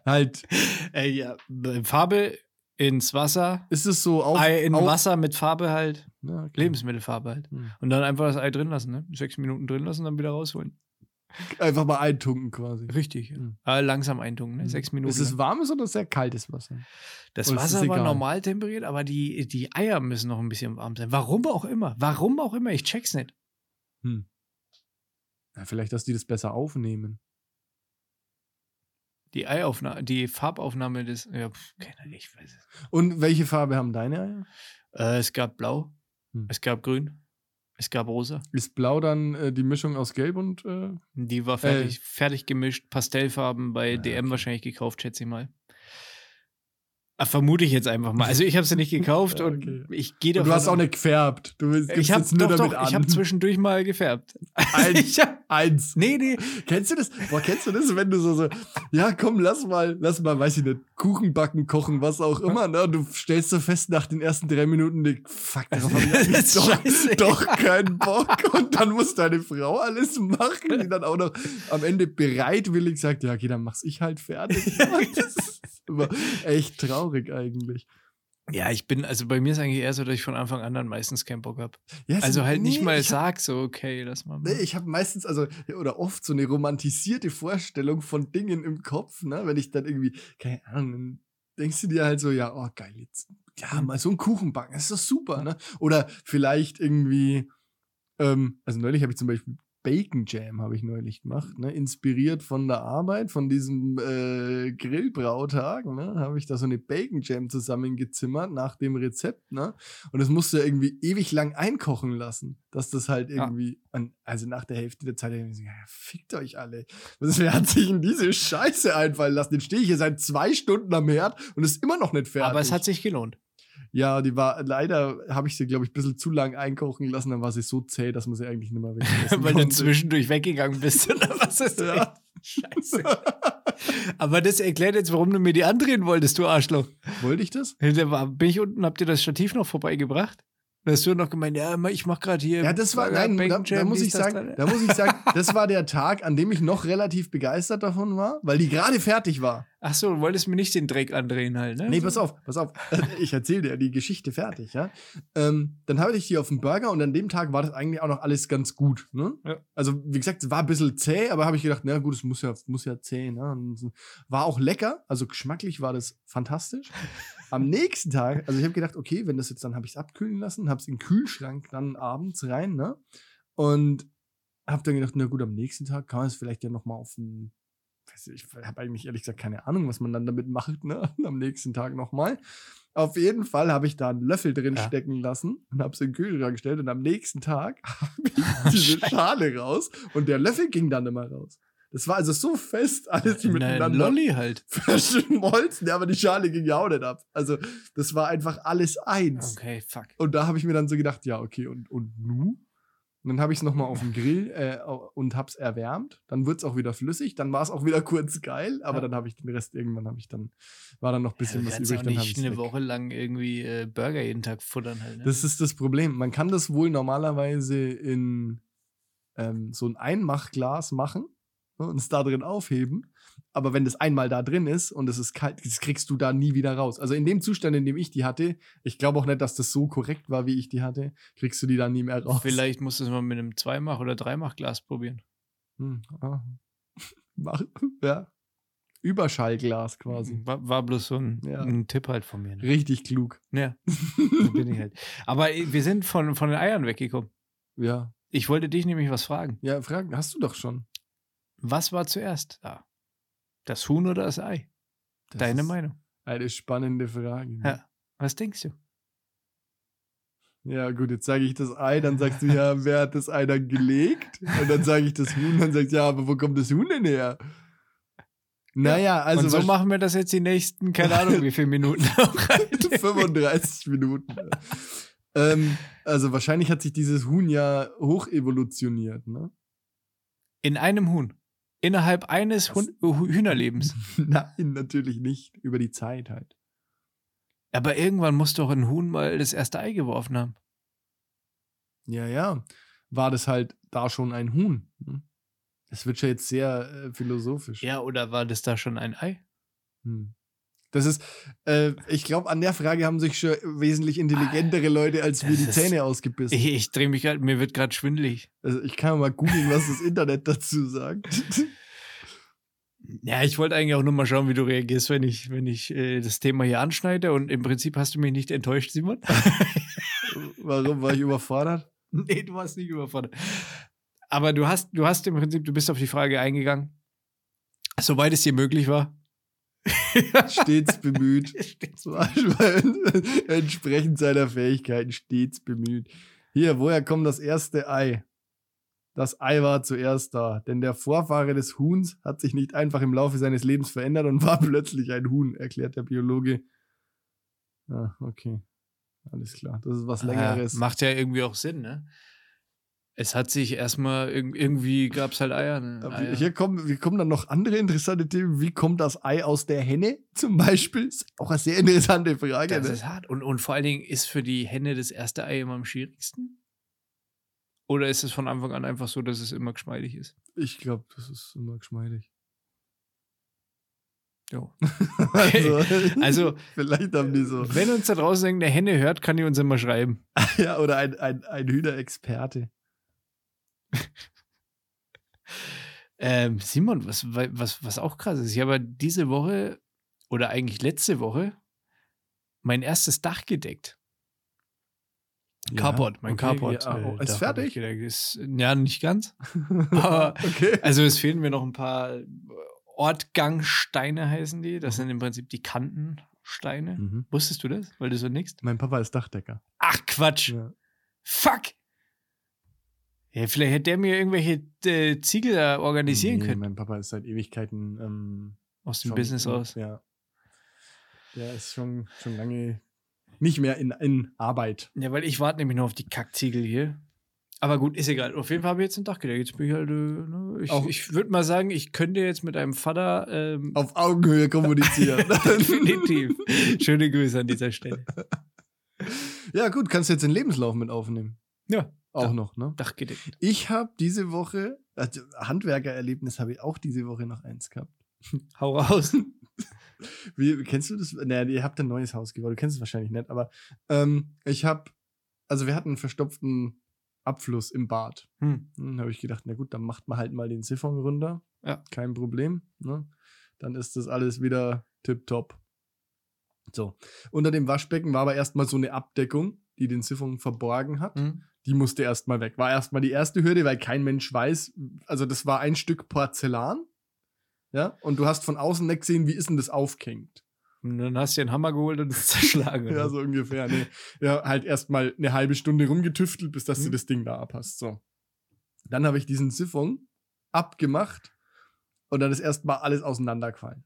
[SPEAKER 1] halt,
[SPEAKER 2] Äh, ja, b- Farbe ins Wasser.
[SPEAKER 1] ist es so auf.
[SPEAKER 2] Ei in
[SPEAKER 1] auf,
[SPEAKER 2] Wasser mit Farbe halt.
[SPEAKER 1] Ja, okay.
[SPEAKER 2] Lebensmittelfarbe halt.
[SPEAKER 1] Hm.
[SPEAKER 2] Und dann einfach das Ei drin lassen, ne? Sechs Minuten drin lassen, dann wieder rausholen.
[SPEAKER 1] Einfach mal eintunken quasi.
[SPEAKER 2] Richtig. ja.
[SPEAKER 1] Hm.
[SPEAKER 2] Ah, langsam eintunken, ne? Sechs Minuten.
[SPEAKER 1] Ist es warmes oder sehr kaltes Wasser?
[SPEAKER 2] Das
[SPEAKER 1] Oder ist
[SPEAKER 2] Wasser
[SPEAKER 1] das
[SPEAKER 2] war
[SPEAKER 1] egal?
[SPEAKER 2] normal temperiert, aber die, die Eier müssen noch ein bisschen warm sein. Warum auch immer. Warum auch immer. Ich check's nicht.
[SPEAKER 1] Ja, vielleicht, dass die das besser aufnehmen.
[SPEAKER 2] Die Eiaufnahme, die Farbaufnahme des. Ja, pf, keine Ahnung, ich weiß es.
[SPEAKER 1] Und welche Farbe haben deine Eier?
[SPEAKER 2] Äh, es gab blau,
[SPEAKER 1] Hm.
[SPEAKER 2] es gab grün, es gab rosa.
[SPEAKER 1] Ist blau dann äh, die Mischung aus Gelb und. Äh,
[SPEAKER 2] Die war fertig, fertig gemischt, Pastellfarben bei
[SPEAKER 1] Ja,
[SPEAKER 2] DM wahrscheinlich gekauft, schätze ich mal. Ah, vermute ich jetzt einfach mal. Also ich habe sie nicht gekauft
[SPEAKER 1] Ja,
[SPEAKER 2] und
[SPEAKER 1] okay.
[SPEAKER 2] ich gehe
[SPEAKER 1] und
[SPEAKER 2] davon
[SPEAKER 1] du hast auch
[SPEAKER 2] aus-
[SPEAKER 1] nicht gefärbt. Du willst- gibst
[SPEAKER 2] Ich habe
[SPEAKER 1] jetzt nur
[SPEAKER 2] doch,
[SPEAKER 1] damit
[SPEAKER 2] doch,
[SPEAKER 1] an.
[SPEAKER 2] ich habe zwischendurch mal gefärbt.
[SPEAKER 1] Ein-
[SPEAKER 2] ich hab,
[SPEAKER 1] Eins.
[SPEAKER 2] nee, nee,
[SPEAKER 1] Kennst du das? Boah, kennst du das, wenn du so, so, ja, komm, lass mal, lass mal, weiß ich nicht, Kuchen backen, kochen, was auch immer, ne? Und du stellst so fest nach den ersten drei Minuten, ne, fuck, darauf hab ich
[SPEAKER 2] Das
[SPEAKER 1] eigentlich
[SPEAKER 2] ist scheiße.
[SPEAKER 1] doch, doch keinen Bock. Und dann muss deine Frau alles machen, die dann auch noch am Ende bereitwillig sagt, ja, okay, dann mach's ich halt fertig. Das ist immer echt traurig eigentlich.
[SPEAKER 2] Ja, ich bin, also bei mir ist eigentlich eher so, dass ich von Anfang an dann meistens keinen Bock hab.
[SPEAKER 1] Ja, es-
[SPEAKER 2] Also halt nicht
[SPEAKER 1] nee,
[SPEAKER 2] mal
[SPEAKER 1] ich
[SPEAKER 2] sag so, okay, lass mal.
[SPEAKER 1] Nee,
[SPEAKER 2] mal.
[SPEAKER 1] ich habe meistens, also, oder oft so eine romantisierte Vorstellung von Dingen im Kopf, ne? Wenn ich dann irgendwie, keine Ahnung, dann denkst du dir halt so, ja, oh, geil, jetzt, ja, mal so einen Kuchen backen, das ist doch super, ne? Oder vielleicht irgendwie, ähm, also neulich habe ich zum Beispiel Bacon Jam habe ich neulich gemacht, ne? inspiriert von der Arbeit, von diesem äh, Grillbrautag, ne? habe ich da so eine Bacon Jam zusammengezimmert nach dem Rezept, ne? Und das musst du ja irgendwie ewig lang einkochen lassen, dass das halt
[SPEAKER 2] Ja.
[SPEAKER 1] irgendwie, an, also nach der Hälfte der Zeit, hab ich mir so, ja, fickt euch alle. Was, wer hat sich denn diese Scheiße einfallen lassen? Jetzt stehe ich hier seit zwei Stunden am Herd und ist immer noch nicht fertig.
[SPEAKER 2] Aber es hat sich gelohnt.
[SPEAKER 1] Ja, die war, leider habe ich sie, glaube ich, ein bisschen zu lang einkochen lassen, dann war sie so zäh, dass man sie eigentlich nicht mehr wegessen
[SPEAKER 2] Weil du
[SPEAKER 1] konnte.
[SPEAKER 2] zwischendurch weggegangen bist oder was ist
[SPEAKER 1] Ja.
[SPEAKER 2] Scheiße. Aber das erklärt jetzt, warum du mir die andrehen wolltest, du Arschloch.
[SPEAKER 1] Wollte ich das?
[SPEAKER 2] Da war, bin ich unten, hab dir das Stativ noch vorbeigebracht? Da hast du noch gemeint, ja, ich mach gerade hier.
[SPEAKER 1] Ja, das war,
[SPEAKER 2] Burger,
[SPEAKER 1] nein, da,
[SPEAKER 2] Bacon
[SPEAKER 1] da,
[SPEAKER 2] Jam,
[SPEAKER 1] muss
[SPEAKER 2] dies,
[SPEAKER 1] ich
[SPEAKER 2] das,
[SPEAKER 1] sagen,
[SPEAKER 2] das.
[SPEAKER 1] da muss ich sagen, das war der Tag, an dem ich noch relativ begeistert davon war, weil die gerade fertig war.
[SPEAKER 2] Ach so, du wolltest mir nicht den Dreck andrehen halt, ne?
[SPEAKER 1] Nee, pass auf, pass auf. Ich erzähle dir die Geschichte fertig, ja. Ähm, dann habe ich die auf dem Burger und an dem Tag war das eigentlich auch noch alles ganz gut, ne?
[SPEAKER 2] Ja.
[SPEAKER 1] Also, wie gesagt, es war ein bisschen zäh, aber habe ich gedacht, na gut, es muss ja, muss ja zäh, ne? Und so. War auch lecker, also geschmacklich war das fantastisch. Am nächsten Tag, also ich habe gedacht, okay, wenn das jetzt, dann habe ich es abkühlen lassen, habe es in den Kühlschrank dann abends rein, ne? Und habe dann gedacht, na gut, am nächsten Tag kann man es vielleicht ja nochmal auf den weiß ich habe eigentlich ehrlich gesagt keine Ahnung, was man dann damit macht, ne? Am nächsten Tag nochmal. Auf jeden Fall habe ich da einen Löffel drin
[SPEAKER 2] Ja.
[SPEAKER 1] stecken lassen und habe es in den Kühlschrank gestellt und am nächsten Tag habe ich
[SPEAKER 2] Ah,
[SPEAKER 1] diese Schale raus und der Löffel ging dann immer raus. Das war also so fest alles miteinander
[SPEAKER 2] Nein, Äh, Lolli halt.
[SPEAKER 1] verschmolzen, ja, aber die Schale ging ja auch nicht ab. Also das war einfach alles eins.
[SPEAKER 2] Okay, fuck.
[SPEAKER 1] Und da habe ich mir dann so gedacht, ja, okay, und, und nu? Und dann habe ich es nochmal auf dem Grill äh, au- und habe es erwärmt. Dann wird es auch wieder flüssig. Dann war es auch wieder kurz geil. Aber
[SPEAKER 2] Ja.
[SPEAKER 1] dann habe ich den Rest irgendwann, habe ich dann, war dann noch ein bisschen
[SPEAKER 2] du
[SPEAKER 1] was
[SPEAKER 2] kannst
[SPEAKER 1] übrig.
[SPEAKER 2] Also, auch
[SPEAKER 1] Dann hab
[SPEAKER 2] nicht
[SPEAKER 1] ich's
[SPEAKER 2] eine
[SPEAKER 1] weg.
[SPEAKER 2] Woche lang irgendwie äh, Burger jeden Tag futtern halt. Ne?
[SPEAKER 1] Das ist das Problem. Man kann das wohl normalerweise in ähm, so ein Einmachglas machen ne, und es da drin aufheben. Aber wenn das einmal da drin ist und es ist kalt, das kriegst du da nie wieder raus. Also in dem Zustand, in dem ich die hatte, ich glaube auch nicht, dass das so korrekt war, wie ich die hatte, kriegst du die da nie mehr raus.
[SPEAKER 2] Vielleicht musst du es mal mit einem Zweimach- oder Dreimachglas probieren.
[SPEAKER 1] Hm, ah. Mach, ja. Überschallglas quasi.
[SPEAKER 2] War, war bloß so ein,
[SPEAKER 1] Ja.
[SPEAKER 2] ein Tipp halt von mir. Ne?
[SPEAKER 1] Richtig klug.
[SPEAKER 2] Ja, so bin ich halt. Aber äh, wir sind von, von den Eiern weggekommen.
[SPEAKER 1] ja.
[SPEAKER 2] Ich wollte dich nämlich was fragen.
[SPEAKER 1] Ja, Fragen hast du doch schon.
[SPEAKER 2] Was war zuerst da? Das Huhn oder das Ei?
[SPEAKER 1] Das
[SPEAKER 2] Deine
[SPEAKER 1] ist
[SPEAKER 2] Meinung.
[SPEAKER 1] Eine spannende Frage. ne?
[SPEAKER 2] Ja. Was denkst du?
[SPEAKER 1] Ja, gut, jetzt sage ich das Ei, dann sagst du, ja, wer hat das Ei dann gelegt? Und dann sage ich das Huhn, dann sagst du, ja, aber wo kommt das Huhn denn her? Naja, also
[SPEAKER 2] Und so
[SPEAKER 1] wahrscheinlich-
[SPEAKER 2] machen wir das jetzt die nächsten, keine Ahnung, wie viele Minuten. noch rein.
[SPEAKER 1] 35 Minuten. ähm, also wahrscheinlich hat sich dieses Huhn ja hoch evolutioniert, ne?
[SPEAKER 2] In einem Huhn. Innerhalb eines
[SPEAKER 1] Was?
[SPEAKER 2] Hun Hühnerlebens.
[SPEAKER 1] Nein, natürlich nicht. Über die Zeit halt.
[SPEAKER 2] Aber irgendwann muss doch ein Huhn mal das erste Ei geworfen haben.
[SPEAKER 1] Ja, ja. War das halt da schon ein Huhn? ne? Das wird ja jetzt sehr äh, philosophisch.
[SPEAKER 2] Ja, oder war das da schon ein Ei?
[SPEAKER 1] Hm. Das ist, äh, ich glaube, an der Frage haben sich schon wesentlich intelligentere Leute als wir
[SPEAKER 2] Ah, Das
[SPEAKER 1] die
[SPEAKER 2] ist-
[SPEAKER 1] Zähne ausgebissen.
[SPEAKER 2] Ich, ich drehe mich gerade, mir wird gerade schwindelig.
[SPEAKER 1] Also ich kann mal googeln, was das Internet dazu sagt.
[SPEAKER 2] Ja, ich wollte eigentlich auch nur mal schauen, wie du reagierst, wenn ich, wenn ich äh, das Thema hier anschneide. Und im Prinzip hast du mich nicht enttäuscht, Simon.
[SPEAKER 1] Warum war ich überfordert?
[SPEAKER 2] nee, du warst nicht überfordert. Aber du hast, du hast im Prinzip, du bist auf die Frage eingegangen, soweit es dir möglich war.
[SPEAKER 1] Stets bemüht. War schon Entsprechend seiner Fähigkeiten stets bemüht. Hier, woher kommt das erste Ei? Das Ei war zuerst da, denn der Vorfahre des Huhns hat sich nicht einfach im Laufe seines Lebens verändert und war plötzlich ein Huhn, erklärt der Biologe. Ah, okay. Alles klar. Das ist was Längeres.
[SPEAKER 2] Ah, macht ja irgendwie auch Sinn, ne? Es hat sich erstmal, irg irgendwie gab es halt Eier. Ne?
[SPEAKER 1] Aber
[SPEAKER 2] Eier.
[SPEAKER 1] Hier kommen, wir kommen dann noch andere interessante Themen. Wie kommt das Ei aus der Henne zum Beispiel? Ist auch eine sehr interessante Frage.
[SPEAKER 2] Das
[SPEAKER 1] Ne?
[SPEAKER 2] ist hart. Und, und vor allen Dingen, ist für die Henne das erste Ei immer am schwierigsten? Oder ist es von Anfang an einfach so, dass es immer geschmeidig ist?
[SPEAKER 1] Ich glaube, das ist immer geschmeidig.
[SPEAKER 2] Jo.
[SPEAKER 1] Also,
[SPEAKER 2] Also, äh,
[SPEAKER 1] vielleicht haben die so.
[SPEAKER 2] wenn uns da draußen irgendeine Henne hört, kann die uns immer schreiben.
[SPEAKER 1] Ja, oder ein, ein, ein Hühnerexperte.
[SPEAKER 2] Ähm, Simon, was, was, was auch krass ist, ich habe diese Woche oder eigentlich letzte Woche mein erstes Dach gedeckt. Carport, mein Carport.
[SPEAKER 1] Ja, oh,
[SPEAKER 2] äh,
[SPEAKER 1] ist
[SPEAKER 2] Dach habe
[SPEAKER 1] fertig.
[SPEAKER 2] ich gedeckt. Ist, ja, nicht ganz. Aber
[SPEAKER 1] Okay.
[SPEAKER 2] Also es fehlen mir noch ein paar äh, Ortgangsteine heißen die. Das sind im Prinzip die Kantensteine.
[SPEAKER 1] Mhm.
[SPEAKER 2] Wusstest du das, weil du so nickst?
[SPEAKER 1] Mein Papa ist Dachdecker.
[SPEAKER 2] Ach Quatsch.
[SPEAKER 1] Ja.
[SPEAKER 2] Fuck. Ja, vielleicht hätte der mir irgendwelche äh, Ziegel da organisieren
[SPEAKER 1] Nee,
[SPEAKER 2] können
[SPEAKER 1] Mein Papa ist seit Ewigkeiten ähm,
[SPEAKER 2] aus dem
[SPEAKER 1] schon-
[SPEAKER 2] Business aus.
[SPEAKER 1] Ja. Der ist schon, schon lange nicht mehr in, in Arbeit.
[SPEAKER 2] Ja, weil ich warte nämlich nur auf die Kackziegel hier. Aber gut, ist egal. Auf jeden Fall habe ich jetzt ein Dach gedeckt. Jetzt bin ich halt, äh, ne, ich,
[SPEAKER 1] Auch-
[SPEAKER 2] ich würde mal sagen, ich könnte jetzt mit deinem Vater ähm,
[SPEAKER 1] Auf Augenhöhe kommunizieren.
[SPEAKER 2] definitiv. Schöne Grüße an dieser Stelle.
[SPEAKER 1] Ja, gut, kannst du jetzt den Lebenslauf mit aufnehmen.
[SPEAKER 2] Ja.
[SPEAKER 1] Auch
[SPEAKER 2] Ja.
[SPEAKER 1] noch, ne?
[SPEAKER 2] Dach gedeckt.
[SPEAKER 1] Ich habe diese Woche, also Handwerkererlebnis habe ich auch diese Woche noch eins gehabt.
[SPEAKER 2] Hau raus.
[SPEAKER 1] Wie, kennst du das? Naja, ihr habt ein neues Haus gebaut, du kennst es wahrscheinlich nicht, aber ähm, ich habe, also wir hatten einen verstopften Abfluss im Bad.
[SPEAKER 2] Hm.
[SPEAKER 1] Dann habe ich gedacht, na gut, dann macht man halt mal den Siphon runter.
[SPEAKER 2] Ja.
[SPEAKER 1] Kein Problem. Ne? Dann ist das alles wieder tipptopp. So. Unter dem Waschbecken war aber erstmal so eine Abdeckung, die den Siphon verborgen hat.
[SPEAKER 2] Hm.
[SPEAKER 1] die musste erstmal weg. War erstmal die erste Hürde, weil kein Mensch weiß, also das war ein Stück Porzellan. Ja, und du hast von außen nicht gesehen, wie ist denn das aufgehängt?
[SPEAKER 2] Und dann hast du dir einen Hammer geholt und es zerschlagen.
[SPEAKER 1] Ja, so ungefähr. Nee. Ja, halt erstmal eine halbe Stunde rumgetüftelt, bis dass du
[SPEAKER 2] Mhm.
[SPEAKER 1] das Ding da abhast. So. Dann habe ich diesen Siphon abgemacht und dann ist erstmal alles auseinandergefallen.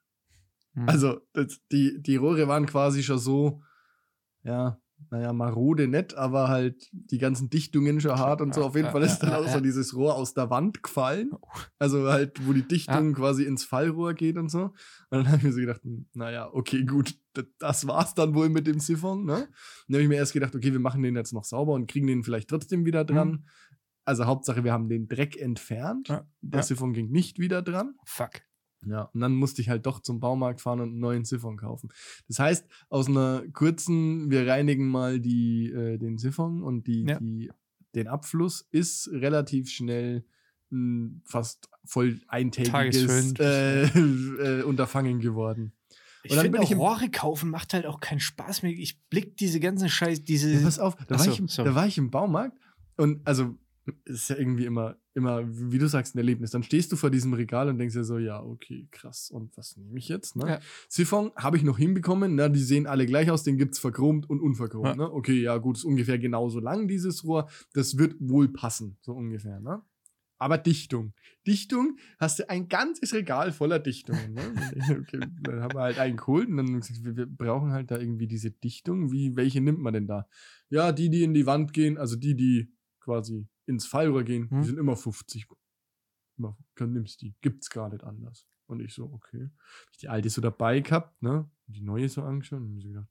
[SPEAKER 2] Hm.
[SPEAKER 1] Also das, die, die Rohre waren quasi schon so, ja, naja, marode nett, aber halt die ganzen Dichtungen schon hart und so. Auf jeden Fall ist dann auch so dieses Rohr aus der Wand gefallen.
[SPEAKER 2] Oh.
[SPEAKER 1] Also halt, wo die Dichtung quasi ins Fallrohr geht und so. Und dann habe ich mir so gedacht, hm, naja, okay, gut, d- das war's dann wohl mit dem Siphon. Ne? Dann habe ich mir erst gedacht, okay, wir machen den jetzt noch sauber und kriegen den vielleicht trotzdem
[SPEAKER 2] Mhm.
[SPEAKER 1] wieder dran. Also Hauptsache, wir haben den Dreck entfernt.
[SPEAKER 2] Ja,
[SPEAKER 1] Der
[SPEAKER 2] ja.
[SPEAKER 1] Siphon ging nicht wieder dran.
[SPEAKER 2] fuck.
[SPEAKER 1] Ja, und dann musste ich halt doch zum Baumarkt fahren und einen neuen Siphon kaufen. Das heißt, aus einer kurzen, wir reinigen mal die, äh, den Siphon und die,
[SPEAKER 2] Ja.
[SPEAKER 1] die, den Abfluss, ist relativ schnell ein fast voll eintägiges
[SPEAKER 2] Tagesfüllend.
[SPEAKER 1] äh, äh, Unterfangen geworden.
[SPEAKER 2] Ich
[SPEAKER 1] Und dann
[SPEAKER 2] finde
[SPEAKER 1] bin ich
[SPEAKER 2] auch
[SPEAKER 1] im-
[SPEAKER 2] Rohre kaufen macht halt auch keinen Spaß mehr. Ich blick diese ganzen Scheiß, diese.
[SPEAKER 1] Ja, pass auf, da
[SPEAKER 2] Ach
[SPEAKER 1] war,
[SPEAKER 2] so,
[SPEAKER 1] ich im,
[SPEAKER 2] sorry.
[SPEAKER 1] da war ich im Baumarkt und also ist ja irgendwie immer, immer, wie du sagst, ein Erlebnis. Dann stehst du vor diesem Regal und denkst dir so, ja, okay, krass, und was nehme ich jetzt? Ne?
[SPEAKER 2] Ja.
[SPEAKER 1] Siphon habe ich noch hinbekommen, na, die sehen alle gleich aus, den gibt es verchromt und unverchromt.
[SPEAKER 2] Ja.
[SPEAKER 1] Ne? Okay, ja, gut, ist ungefähr genauso lang, dieses Rohr. Das wird wohl passen, so ungefähr, ne? Aber Dichtung. Dichtung, hast du ein ganzes Regal voller Dichtungen. Ne? Okay, dann haben wir halt einen geholt und dann haben wir gesagt, wir, wir brauchen halt da irgendwie diese Dichtung. Wie, welche nimmt man denn da? Ja, die, die in die Wand gehen, also die, die quasi ins Fallrohr gehen,
[SPEAKER 2] Hm.
[SPEAKER 1] die sind immer 50. Immer, dann nimmst die. Gibt's gar nicht anders. Und ich so, okay. Hab ich die alte so dabei gehabt, ne? Und die neue so angeschaut und hab mir so gedacht,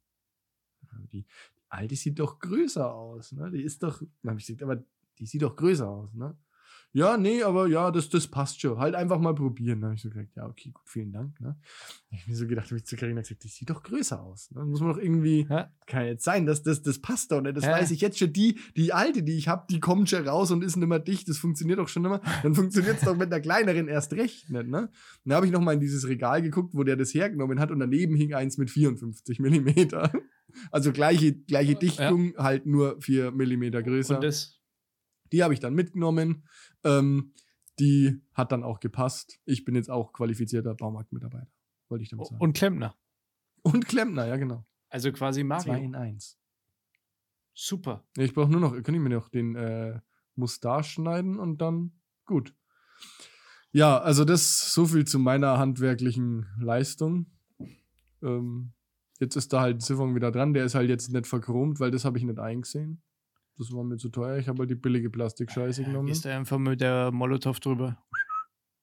[SPEAKER 1] die alte sieht doch größer aus, ne? Die ist doch, dann habe ich gesagt, aber die sieht doch größer aus, ne? Ja, nee, aber ja, das, das passt schon. Halt einfach mal probieren. Dann habe ich so gesagt, ja, okay, gut, vielen Dank. Ne? Dann hab Ich mir so gedacht, habe ich zu Karina gesagt, die sieht doch größer aus. Ne? Muss man doch irgendwie,
[SPEAKER 2] Ja.
[SPEAKER 1] kann jetzt sein, dass das, das passt doch. Ne? Das
[SPEAKER 2] Ja.
[SPEAKER 1] weiß ich jetzt schon. Die, die alte, die ich habe, die kommt schon raus und ist nicht mehr dicht. Das funktioniert doch schon immer. Dann funktioniert es doch mit einer kleineren erst recht nicht. Ne? Dann habe ich nochmal in dieses Regal geguckt, wo der das hergenommen hat und daneben hing eins mit 54 Millimeter. Also gleiche, gleiche Dichtung, halt nur 4 Millimeter größer.
[SPEAKER 2] Und das,
[SPEAKER 1] Die habe ich dann mitgenommen. Ähm, die hat dann auch gepasst. Ich bin jetzt auch qualifizierter Baumarktmitarbeiter, wollte ich damit sagen.
[SPEAKER 2] Oh, und Klempner.
[SPEAKER 1] Und Klempner, ja genau.
[SPEAKER 2] Also quasi Mario.
[SPEAKER 1] Zwei in eins.
[SPEAKER 2] Super.
[SPEAKER 1] Ja, Ich brauche nur noch, kann ich mir noch den äh, Mustache schneiden und dann gut. Ja, also das so viel zu meiner handwerklichen Leistung. Ähm, jetzt ist da halt ein Siphon wieder dran. Der ist halt jetzt nicht verchromt, weil das habe ich nicht eingesehen. Das war mir zu teuer. Ich habe halt die billige Plastikscheiße genommen.
[SPEAKER 2] Gehst du einfach mit Äh, der Molotow drüber.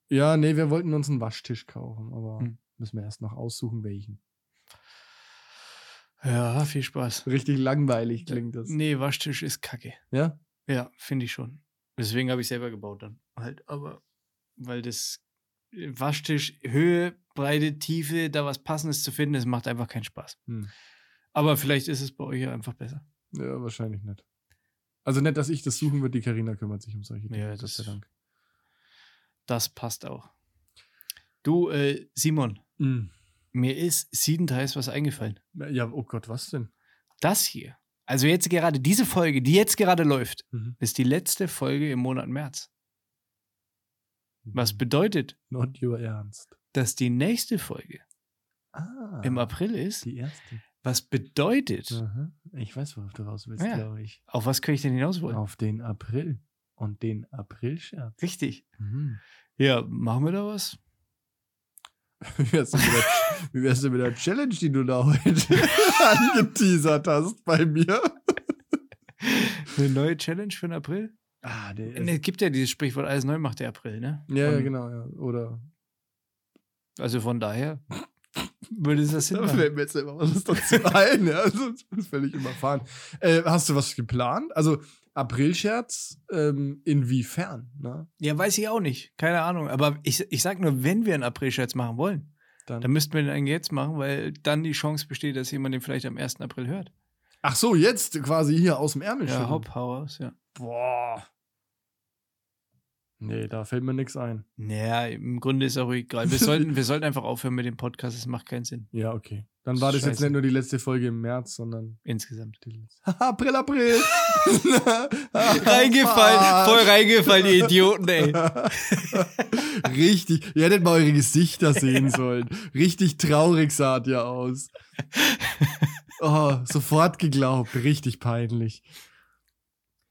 [SPEAKER 1] Ja, nee, wir wollten uns einen Waschtisch kaufen, aber
[SPEAKER 2] Hm.
[SPEAKER 1] müssen wir erst noch aussuchen, welchen.
[SPEAKER 2] Ja, viel Spaß.
[SPEAKER 1] Richtig langweilig klingt das.
[SPEAKER 2] Nee, Waschtisch ist kacke.
[SPEAKER 1] Ja?
[SPEAKER 2] Ja, finde ich schon. Deswegen habe ich selber gebaut dann. Halt, aber weil das äh, Waschtisch, Höhe, Breite, Tiefe, da was Passendes zu finden, das macht einfach keinen Spaß.
[SPEAKER 1] Hm.
[SPEAKER 2] Aber vielleicht ist es bei euch ja einfach besser.
[SPEAKER 1] Ja, wahrscheinlich nicht. Also nicht, dass ich das suchen würde, die Karina kümmert sich um solche Dinge.
[SPEAKER 2] Ja,
[SPEAKER 1] Gott
[SPEAKER 2] das-
[SPEAKER 1] sei Dank.
[SPEAKER 2] Das passt auch. Du, äh, Simon,
[SPEAKER 1] Hm.
[SPEAKER 2] mir ist siebenteils was eingefallen.
[SPEAKER 1] Ja, oh Gott, was denn?
[SPEAKER 2] Das hier, also jetzt gerade diese Folge, die jetzt gerade läuft,
[SPEAKER 1] Mhm.
[SPEAKER 2] ist die letzte Folge im Monat März. Was bedeutet,
[SPEAKER 1] Not your Ernst.
[SPEAKER 2] dass die nächste Folge
[SPEAKER 1] Ah,
[SPEAKER 2] im April ist?
[SPEAKER 1] die erste.
[SPEAKER 2] Was bedeutet,
[SPEAKER 1] Aha. Ich weiß, worauf du raus willst,
[SPEAKER 2] Ah, Ja.
[SPEAKER 1] glaube ich.
[SPEAKER 2] auf was könnte ich denn hinaus wollen?
[SPEAKER 1] Auf den April. Und den April-Scherz.
[SPEAKER 2] Richtig.
[SPEAKER 1] Mhm.
[SPEAKER 2] Ja, machen wir da was?
[SPEAKER 1] Wie wär's, denn mit der, wie wär's denn mit der Challenge, die du da heute angeteasert hast bei mir?
[SPEAKER 2] Eine neue Challenge für den April? Ne,
[SPEAKER 1] Ah, der
[SPEAKER 2] Es gibt ja dieses Sprichwort, alles neu macht der April, ne?
[SPEAKER 1] Ja, ja,
[SPEAKER 2] Und-
[SPEAKER 1] genau, ja. Oder.
[SPEAKER 2] Also von daher würde es das Sinn
[SPEAKER 1] Da
[SPEAKER 2] machen.
[SPEAKER 1] fällt mir jetzt immer was dazu ein, ja. Also, das ist völlig überfahren. Äh, hast du was geplant? Also, April-Scherz, ähm, inwiefern, ne?
[SPEAKER 2] Ja, weiß ich auch nicht. Keine Ahnung. Aber ich, ich sag nur, wenn wir einen April-Scherz machen wollen, dann müssten wir den eigentlich jetzt machen, weil dann die Chance besteht, dass jemand den vielleicht am 1. April hört.
[SPEAKER 1] Ach so, jetzt quasi hier aus dem Ärmel
[SPEAKER 2] Ja,
[SPEAKER 1] schütteln.
[SPEAKER 2] hopp, hau raus, ja.
[SPEAKER 1] Boah. Nee, da fällt mir nichts ein.
[SPEAKER 2] Naja, im Grunde ist auch egal. Wir sollten, wir sollten einfach aufhören mit dem Podcast, es macht keinen Sinn.
[SPEAKER 1] Ja, okay. Dann war das jetzt
[SPEAKER 2] Scheiße.
[SPEAKER 1] nicht nur die letzte Folge im März, sondern
[SPEAKER 2] Insgesamt.
[SPEAKER 1] die letzte. Haha, April, April!
[SPEAKER 2] Reingefallen,
[SPEAKER 1] Verarscht.
[SPEAKER 2] voll reingefallen, die Idioten, ey.
[SPEAKER 1] Richtig, ihr hättet mal eure Gesichter sehen sollen. Richtig traurig saht ihr aus. Oh, sofort geglaubt, richtig peinlich.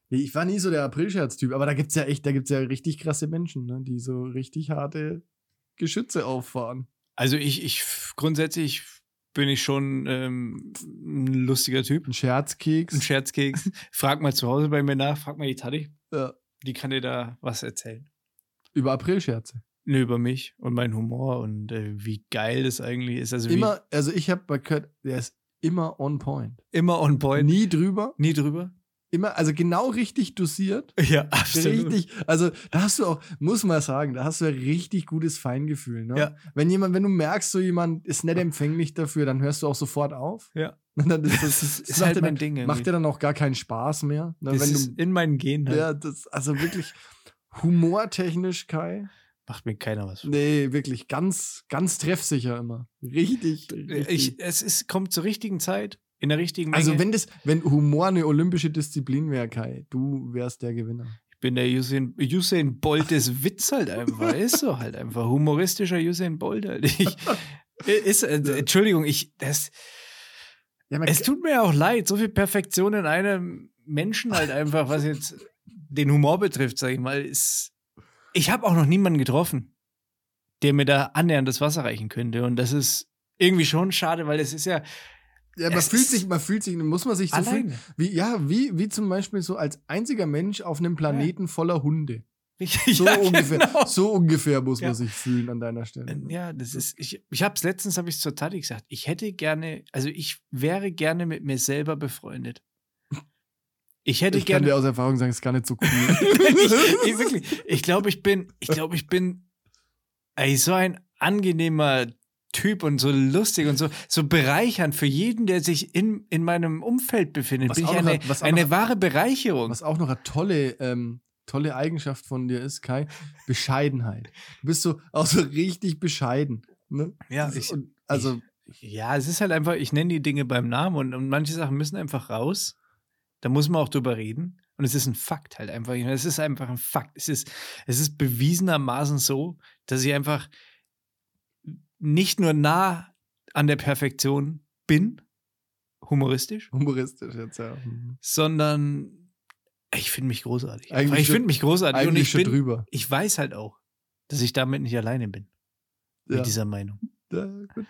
[SPEAKER 1] Nee, ich war nie so der Aprilscherz-Typ, aber da gibt's ja echt, da gibt's ja richtig krasse Menschen, ne, die so richtig harte Geschütze auffahren.
[SPEAKER 2] Also ich, ich grundsätzlich bin ich schon ähm, ein lustiger Typ.
[SPEAKER 1] Ein
[SPEAKER 2] Ein
[SPEAKER 1] Scherzkeks.
[SPEAKER 2] Scherzkeks. Frag mal zu Hause bei mir nach, frag mal die Tati.
[SPEAKER 1] Ja.
[SPEAKER 2] Die kann dir da was erzählen.
[SPEAKER 1] Über Aprilscherze.
[SPEAKER 2] Nö, über mich und meinen Humor und äh, wie geil das eigentlich ist. Also
[SPEAKER 1] Immer, also ich habe bei Kurt, der ist immer on point.
[SPEAKER 2] wie, immer on point.
[SPEAKER 1] Nie drüber,
[SPEAKER 2] Nie drüber.
[SPEAKER 1] immer, also genau richtig dosiert.
[SPEAKER 2] Ja, absolut.
[SPEAKER 1] Richtig, also da hast du auch, muss man sagen, da hast du ein richtig gutes Feingefühl. Ne?
[SPEAKER 2] Ja.
[SPEAKER 1] Wenn jemand, wenn du merkst, so jemand ist nicht empfänglich dafür, dann hörst du auch sofort auf.
[SPEAKER 2] Ja.
[SPEAKER 1] Und dann ist das,
[SPEAKER 2] Das
[SPEAKER 1] das,
[SPEAKER 2] ist,
[SPEAKER 1] macht
[SPEAKER 2] halt
[SPEAKER 1] dir
[SPEAKER 2] mein
[SPEAKER 1] dann,
[SPEAKER 2] Ding.
[SPEAKER 1] macht dir dann auch gar keinen Spaß mehr. Ne?
[SPEAKER 2] irgendwie. das
[SPEAKER 1] Wenn
[SPEAKER 2] ist
[SPEAKER 1] du,
[SPEAKER 2] in meinen Genen. Halt.
[SPEAKER 1] ja, das, also wirklich humortechnisch, Kai.
[SPEAKER 2] Macht mir keiner was.
[SPEAKER 1] Nee, wirklich ganz, ganz treffsicher immer. Richtig. richtig.
[SPEAKER 2] äh, Ich, es ist, kommt zur richtigen Zeit, in der richtigen Menge.
[SPEAKER 1] also wenn das, wenn Humor eine olympische Disziplin wäre, Kai, du wärst der Gewinner.
[SPEAKER 2] Ich bin der Usain, Usain Bolt des Witz halt einfach. Ist so halt einfach. Humoristischer Usain Bolt halt. Ich, ist, äh, Entschuldigung, ich, das,
[SPEAKER 1] Ja, man
[SPEAKER 2] es tut mir auch leid. So viel Perfektion in einem Menschen halt einfach, was jetzt den Humor betrifft, sag ich mal. Ist, ich habe auch noch niemanden getroffen, der mir da annähernd das Wasser reichen könnte. Und das ist irgendwie schon schade, weil es ist ja
[SPEAKER 1] Ja, man
[SPEAKER 2] Es
[SPEAKER 1] fühlt
[SPEAKER 2] ist-
[SPEAKER 1] sich, man fühlt sich, muss man sich so fühlen,
[SPEAKER 2] allein.
[SPEAKER 1] wie, ja, wie, wie zum Beispiel so als einziger Mensch auf einem Planeten voller Hunde.
[SPEAKER 2] Richtig,
[SPEAKER 1] So,
[SPEAKER 2] ja,
[SPEAKER 1] ungefähr,
[SPEAKER 2] genau.
[SPEAKER 1] so ungefähr muss
[SPEAKER 2] Ja. Äh,
[SPEAKER 1] man sich fühlen an deiner Stelle.
[SPEAKER 2] Ja, das ist, ich, ich habe es letztens, habe ich zur Tati gesagt, ich hätte gerne, also ich wäre gerne mit mir selber befreundet. Ich hätte
[SPEAKER 1] Ich kann
[SPEAKER 2] gerne,
[SPEAKER 1] dir aus Erfahrung sagen, es ist gar nicht so cool.
[SPEAKER 2] ich, ich, wirklich, ich glaube, ich bin, ich glaube, ich bin ey, so ein angenehmer Typ und so lustig und so, so bereichernd für jeden, der sich in, in meinem Umfeld befindet.
[SPEAKER 1] Was
[SPEAKER 2] bin ich
[SPEAKER 1] auch noch
[SPEAKER 2] eine,
[SPEAKER 1] hat- was auch
[SPEAKER 2] eine
[SPEAKER 1] noch-
[SPEAKER 2] wahre Bereicherung.
[SPEAKER 1] Was auch noch eine tolle, ähm, tolle Eigenschaft von dir ist, Kai, Bescheidenheit. Du bist so auch so richtig bescheiden. Ne?
[SPEAKER 2] ja,
[SPEAKER 1] Das-
[SPEAKER 2] ich,
[SPEAKER 1] und, also,
[SPEAKER 2] ja, es ist halt einfach, ich nenne die Dinge beim Namen und, und manche Sachen müssen einfach raus. Da muss man auch drüber reden. Und es ist ein Fakt halt einfach. Ich meine, Es ist einfach ein Fakt. Es ist, es ist bewiesenermaßen so, dass ich einfach nicht nur nah an der Perfektion bin, humoristisch,
[SPEAKER 1] humoristisch jetzt, ja. Mhm.
[SPEAKER 2] sondern ich finde mich großartig.
[SPEAKER 1] Eigentlich
[SPEAKER 2] ich
[SPEAKER 1] schon-
[SPEAKER 2] finde mich großartig und
[SPEAKER 1] Eigentlich
[SPEAKER 2] ich,
[SPEAKER 1] schon
[SPEAKER 2] bin,
[SPEAKER 1] drüber.
[SPEAKER 2] ich weiß halt auch, dass ich damit nicht alleine bin,
[SPEAKER 1] Ja.
[SPEAKER 2] mit dieser Meinung.
[SPEAKER 1] ja, gut.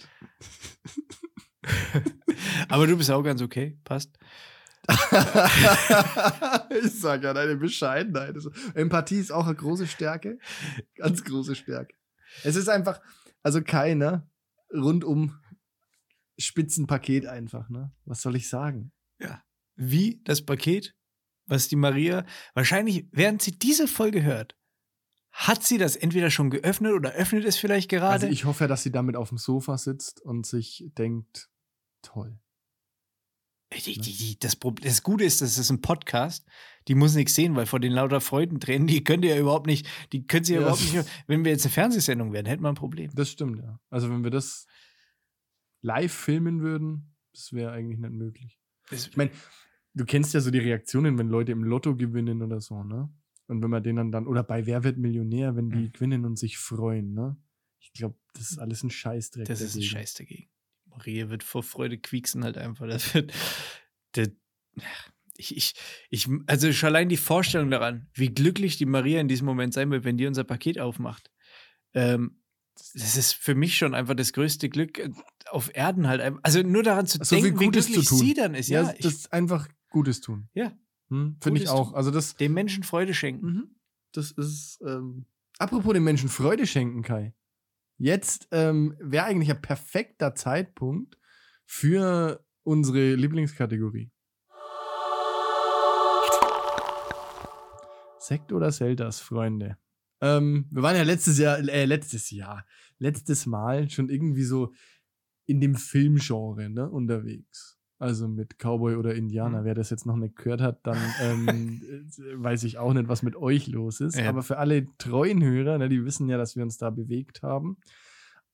[SPEAKER 2] Aber du bist auch ganz okay, passt.
[SPEAKER 1] ich sag ja, deine Bescheidenheit. ist- Empathie ist auch eine große Stärke. Ganz große Stärke. Es ist einfach, also keiner rundum Spitzenpaket einfach, ne? Was soll ich sagen?
[SPEAKER 2] wie das Paket, was die Maria, wahrscheinlich, während sie diese Folge hört, hat sie das entweder schon geöffnet oder öffnet es vielleicht gerade.
[SPEAKER 1] Also ich hoffe ja, dass sie damit auf dem Sofa sitzt und sich denkt, toll.
[SPEAKER 2] die, die, die, das, Problem, das Gute ist, das ist ein Podcast, die muss nichts sehen, weil vor den lauter Freudentränen, die könnt ihr ja überhaupt nicht, die können sie ja
[SPEAKER 1] Ja.
[SPEAKER 2] überhaupt nicht, wenn wir jetzt eine Fernsehsendung wären, hätten wir ein Problem.
[SPEAKER 1] Das stimmt, ja. Also wenn wir das live filmen würden, das wäre eigentlich nicht möglich.
[SPEAKER 2] Ich
[SPEAKER 1] mein, Du kennst ja so die Reaktionen, wenn Leute im Lotto gewinnen oder so, ne? Und wenn man denen dann, oder bei Wer wird Millionär, wenn die
[SPEAKER 2] Mhm.
[SPEAKER 1] gewinnen und sich freuen, ne? Ich glaube, das ist alles ein Scheißdreck.
[SPEAKER 2] das ist ein
[SPEAKER 1] dagegen.
[SPEAKER 2] Scheiß dagegen. Maria wird vor Freude quieksen halt einfach. Das wird, der, ich, ich, ich, also schon allein die Vorstellung daran, wie glücklich die Maria in diesem Moment sein wird, wenn die unser Paket aufmacht. Ähm, das ist für mich schon einfach das größte Glück äh, auf Erden halt. einfach. Also nur daran zu
[SPEAKER 1] So viel
[SPEAKER 2] denken, wie
[SPEAKER 1] Gutes zu
[SPEAKER 2] glücklich
[SPEAKER 1] tun.
[SPEAKER 2] sie dann ist.
[SPEAKER 1] Ja,
[SPEAKER 2] Ja,
[SPEAKER 1] das ist einfach Gutes tun.
[SPEAKER 2] Ja.
[SPEAKER 1] Hm, Finde ich
[SPEAKER 2] Gutes
[SPEAKER 1] auch.
[SPEAKER 2] tun.
[SPEAKER 1] Also das,
[SPEAKER 2] ich, den Menschen Freude schenken.
[SPEAKER 1] Mhm. Das ist. Ähm, apropos den Menschen Freude schenken, Kai. Jetzt ähm, wäre eigentlich ein perfekter Zeitpunkt für unsere Lieblingskategorie. Sekt oder Selters, Freunde. Ähm, wir waren ja letztes Jahr, äh, letztes Jahr, letztes Mal schon irgendwie so in dem Filmgenre ne, unterwegs. Also mit Cowboy oder Indianer.
[SPEAKER 2] Mhm.
[SPEAKER 1] Wer das jetzt noch nicht gehört hat, dann ähm, äh, weiß ich auch nicht, was mit euch los ist.
[SPEAKER 2] Ja.
[SPEAKER 1] Aber für alle treuen Hörer, ne, die wissen ja, dass wir uns da bewegt haben.